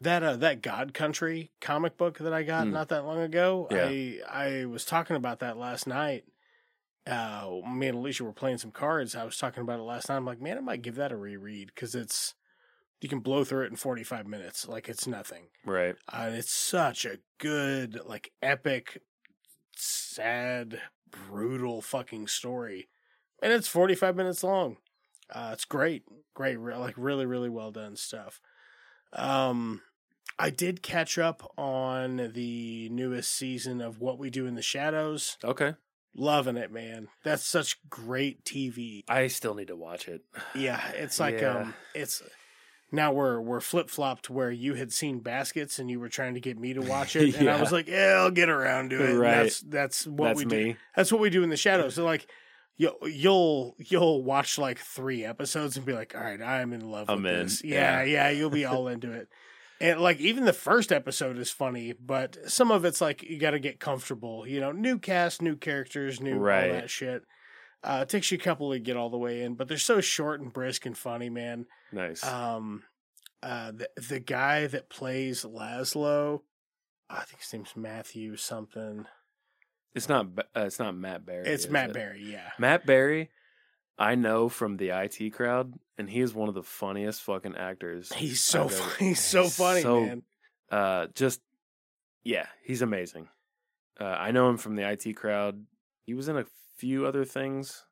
I: That uh, that God Country comic book that I got
J: Hmm.
I: not that long ago.
J: Yeah.
I: I I was talking about that last night. Uh, me and Alicia were playing some cards. I was talking about it last night. I'm like, man, I might give that a reread because it's you can blow through it in 45 minutes. Like it's nothing.
J: Right.
I: Uh, and it's such a good, like epic, sad, brutal fucking story, and it's 45 minutes long. Uh, it's great, great, re- like really, really well done stuff. Um, I did catch up on the newest season of What We Do in the Shadows.
J: Okay.
I: Loving it, man. That's such great TV.
J: I still need to watch it.
I: Yeah, it's like
J: Yeah.
I: um, it's now we're we're flip flopped where you had seen baskets and you were trying to get me to watch it, and I
J: Yeah.
I: was like, yeah, I'll get around to it. And
J: Right.
I: That's that's what
J: That's
I: we do.
J: me.
I: That's what we do in the shadows. So like. You'll, you'll you'll watch like three episodes and be like, all right, I'm in love
J: I'm
I: with
J: in.
I: this. Yeah, yeah, you'll be all into it. And like even the first episode is funny, but some of it's like you got to get comfortable. You know, new cast, new characters, new
J: Right.
I: all that shit. Uh, it takes you a couple to get all the way in, but they're so short and brisk and funny, man.
J: Nice.
I: Um, uh, the the guy that plays Laszlo, I think his name's Matthew something.
J: it's not. Ba- Uh, it's not Matt Barry.
I: It's
J: is
I: Matt
J: it?
I: Berry, yeah.
J: Matt Barry, I know from the IT crowd, and he is one of the funniest fucking actors.
I: He's so
J: I've ever-
I: funny. He's so funny,
J: so-
I: man.
J: Uh, just yeah, he's amazing. Uh, I know him from the IT crowd. He was in a few other things.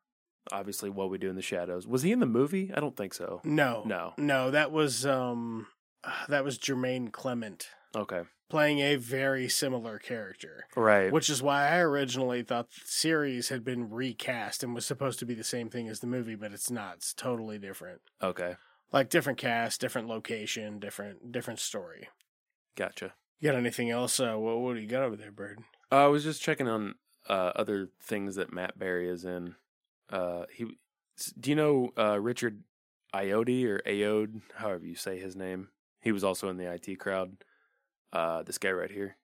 J: Obviously, what we do in the shadows. Was he in the movie? I don't think so.
I: No,
J: No.
I: no. That was um, uh, that was Jermaine Clement
J: Okay.
I: playing a very similar character,
J: Right.
I: which is why I originally thought the series had been recast and was supposed to be the same thing as the movie, but it's not. It's totally different.
J: okay.
I: Like different cast, different location, different different story.
J: Gotcha.
I: You got anything else? Uh, what what do you got over there, Bird?
J: I was just checking on uh, other things that Matt Berry is in. Uh, he, s- do you know uh, Richard Iode or Aode, however you say his name? He was also in the IT crowd. Uh, this guy right here.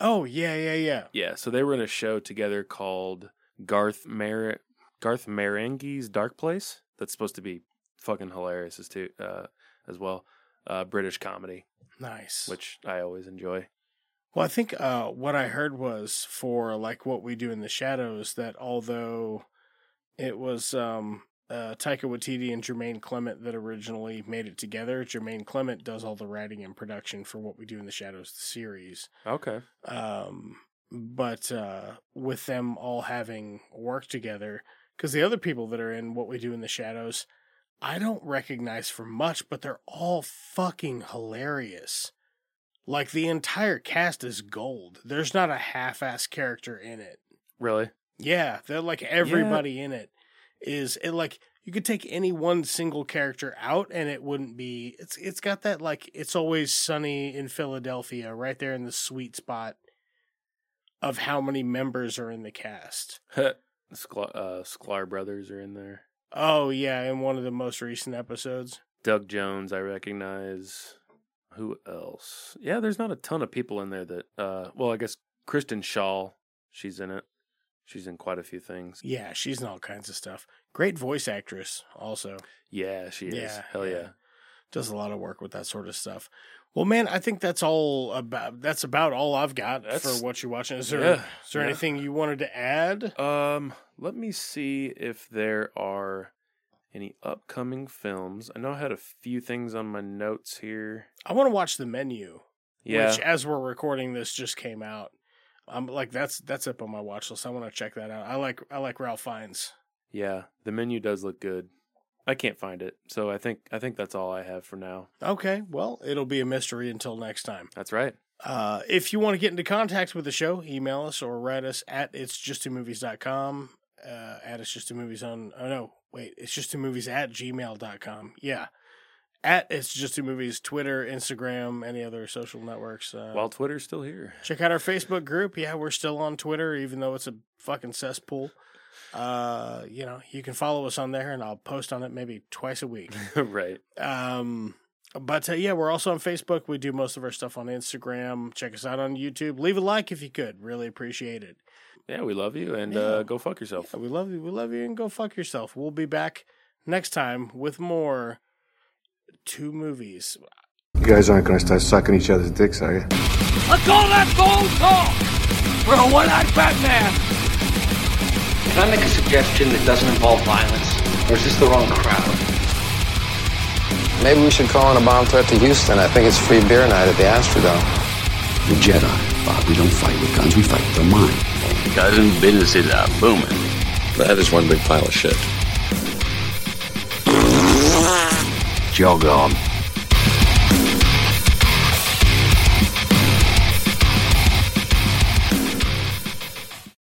I: Oh yeah, yeah, yeah.
J: Yeah, so they were in a show together called Garth Mar- Garth Marenghi's Dark Place. That's supposed to be fucking hilarious as too uh, as well. Uh, British comedy,
I: Nice.
J: which I always enjoy.
I: Well, I think uh, what I heard was for like what we do in the shadows that although it was um, uh, Taika Waititi and Jermaine Clement that originally made it together, Jermaine Clement does all the writing and production for what we do in the shadows the series.
J: Okay.
I: Um, but uh, with them all having worked together, because the other people that are in what we do in the shadows, I don't recognize for much, but they're all fucking hilarious. Like the entire cast is gold. There's not a half-ass character in it.
J: Really?
I: Yeah, they're like everybody in it is it like you could take any one single character out and it wouldn't be it's it's got that like it's always sunny in Philadelphia right there in the sweet spot of how many members are in the cast.
J: Sklar, uh, Sklar brothers are in there.
I: Oh yeah, in one of the most recent episodes.
J: Doug Jones, I recognize. Who else? Yeah, there's not a ton of people in there that. Uh, well, I guess Kristen Shaw, she's in it. She's in quite a few things.
I: Yeah, she's in all kinds of stuff. Great voice actress also.
J: Yeah, she is.
I: Yeah,
J: Hell
I: yeah.
J: yeah.
I: does a lot of work with that sort of stuff. Well, man, I think that's all about. That's about all I've got
J: That's-
I: for what you're watching. Is there
J: Yeah,
I: is there
J: yeah.
I: anything you wanted to add?
J: Um, let me see if there are any upcoming films. I know I had a few things on my notes here.
I: I want to watch the menu,
J: Yeah,
I: which as we're recording this just came out. I'm like that's that's up on my watch list. I want to check that out. I like I like Ralph Fiennes.
J: yeah. The menu does look good. I can't find it, so I think I think that's all I have for now.
I: Okay, well, it'll be a mystery until next time.
J: That's right.
I: Uh, if you want to get into contact with the show, email us or write us at it's just two movies.com. Uh, at it's just two movies on, oh no, wait, it's just two movies at gmail.com. Yeah. At it's just two movies, Twitter, Instagram, any other social networks. Uh,
J: While Twitter's still here.
I: check out our Facebook group. Yeah, we're still on Twitter, even though it's a fucking cesspool. Uh, you know, you can follow us on there and I'll post on it maybe twice a week.
J: right.
I: Um, but uh, yeah, we're also on Facebook. We do most of our stuff on Instagram. Check us out on YouTube. Leave a like if you could. Really appreciate it.
J: Yeah, we love you and
I: Yeah.
J: uh, go fuck yourself.
I: Yeah, we love you. We love you. And go fuck yourself. We'll be back next time with more two movies.
L: You guys aren't gonna start sucking each other's dicks, are you?
K: I call that phone talk for a one-eyed Batman.
E: Can I make a suggestion that doesn't involve violence? Or is this the wrong crowd?
M: Maybe we should call in a bomb threat to Houston. I think it's free beer night at the Astrodome.
N: The Jedi. Bob, we don't fight with guns, we fight with our mind. Doesn't businesses are booming. That is one big pile of shit. Jog on.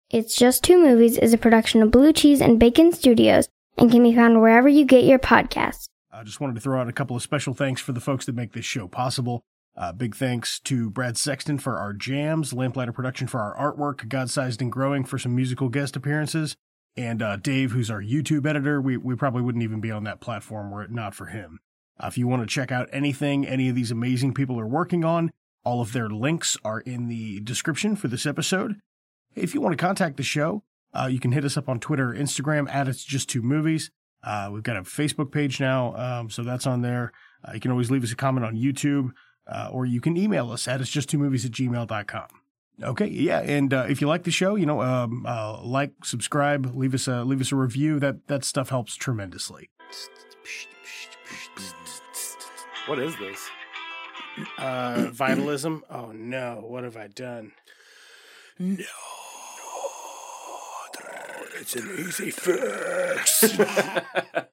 O: It's Just Two Movies is a production of Blue Cheese and Bacon Studios and can be found wherever you get your podcasts.
I: I just wanted to throw out a couple of special thanks for the folks that make this show possible. Uh, big thanks to Brad Sexton for our jams, Lamplighter Production for our artwork, God Sized and Growing for some musical guest appearances, and uh, Dave, who's our YouTube editor. We, we probably wouldn't even be on that platform were it not for him. Uh, if you want to check out anything any of these amazing people are working on, all of their links are in the description for this episode. If you want to contact the show, uh, you can hit us up on Twitter or Instagram at It's Just Two Movies. Uh, we've got a Facebook page now, um, so that's on there. Uh, you can always leave us a comment on YouTube, uh, or you can email us at It's Just Two Movies at gmail.com. Okay, yeah, and uh, if you like the show, you know, um, uh, like, subscribe, leave us a leave us a review. That that stuff helps tremendously.
J: What is this?
I: Uh, vitalism. Oh no, what have I done?
P: No. It's an easy fix.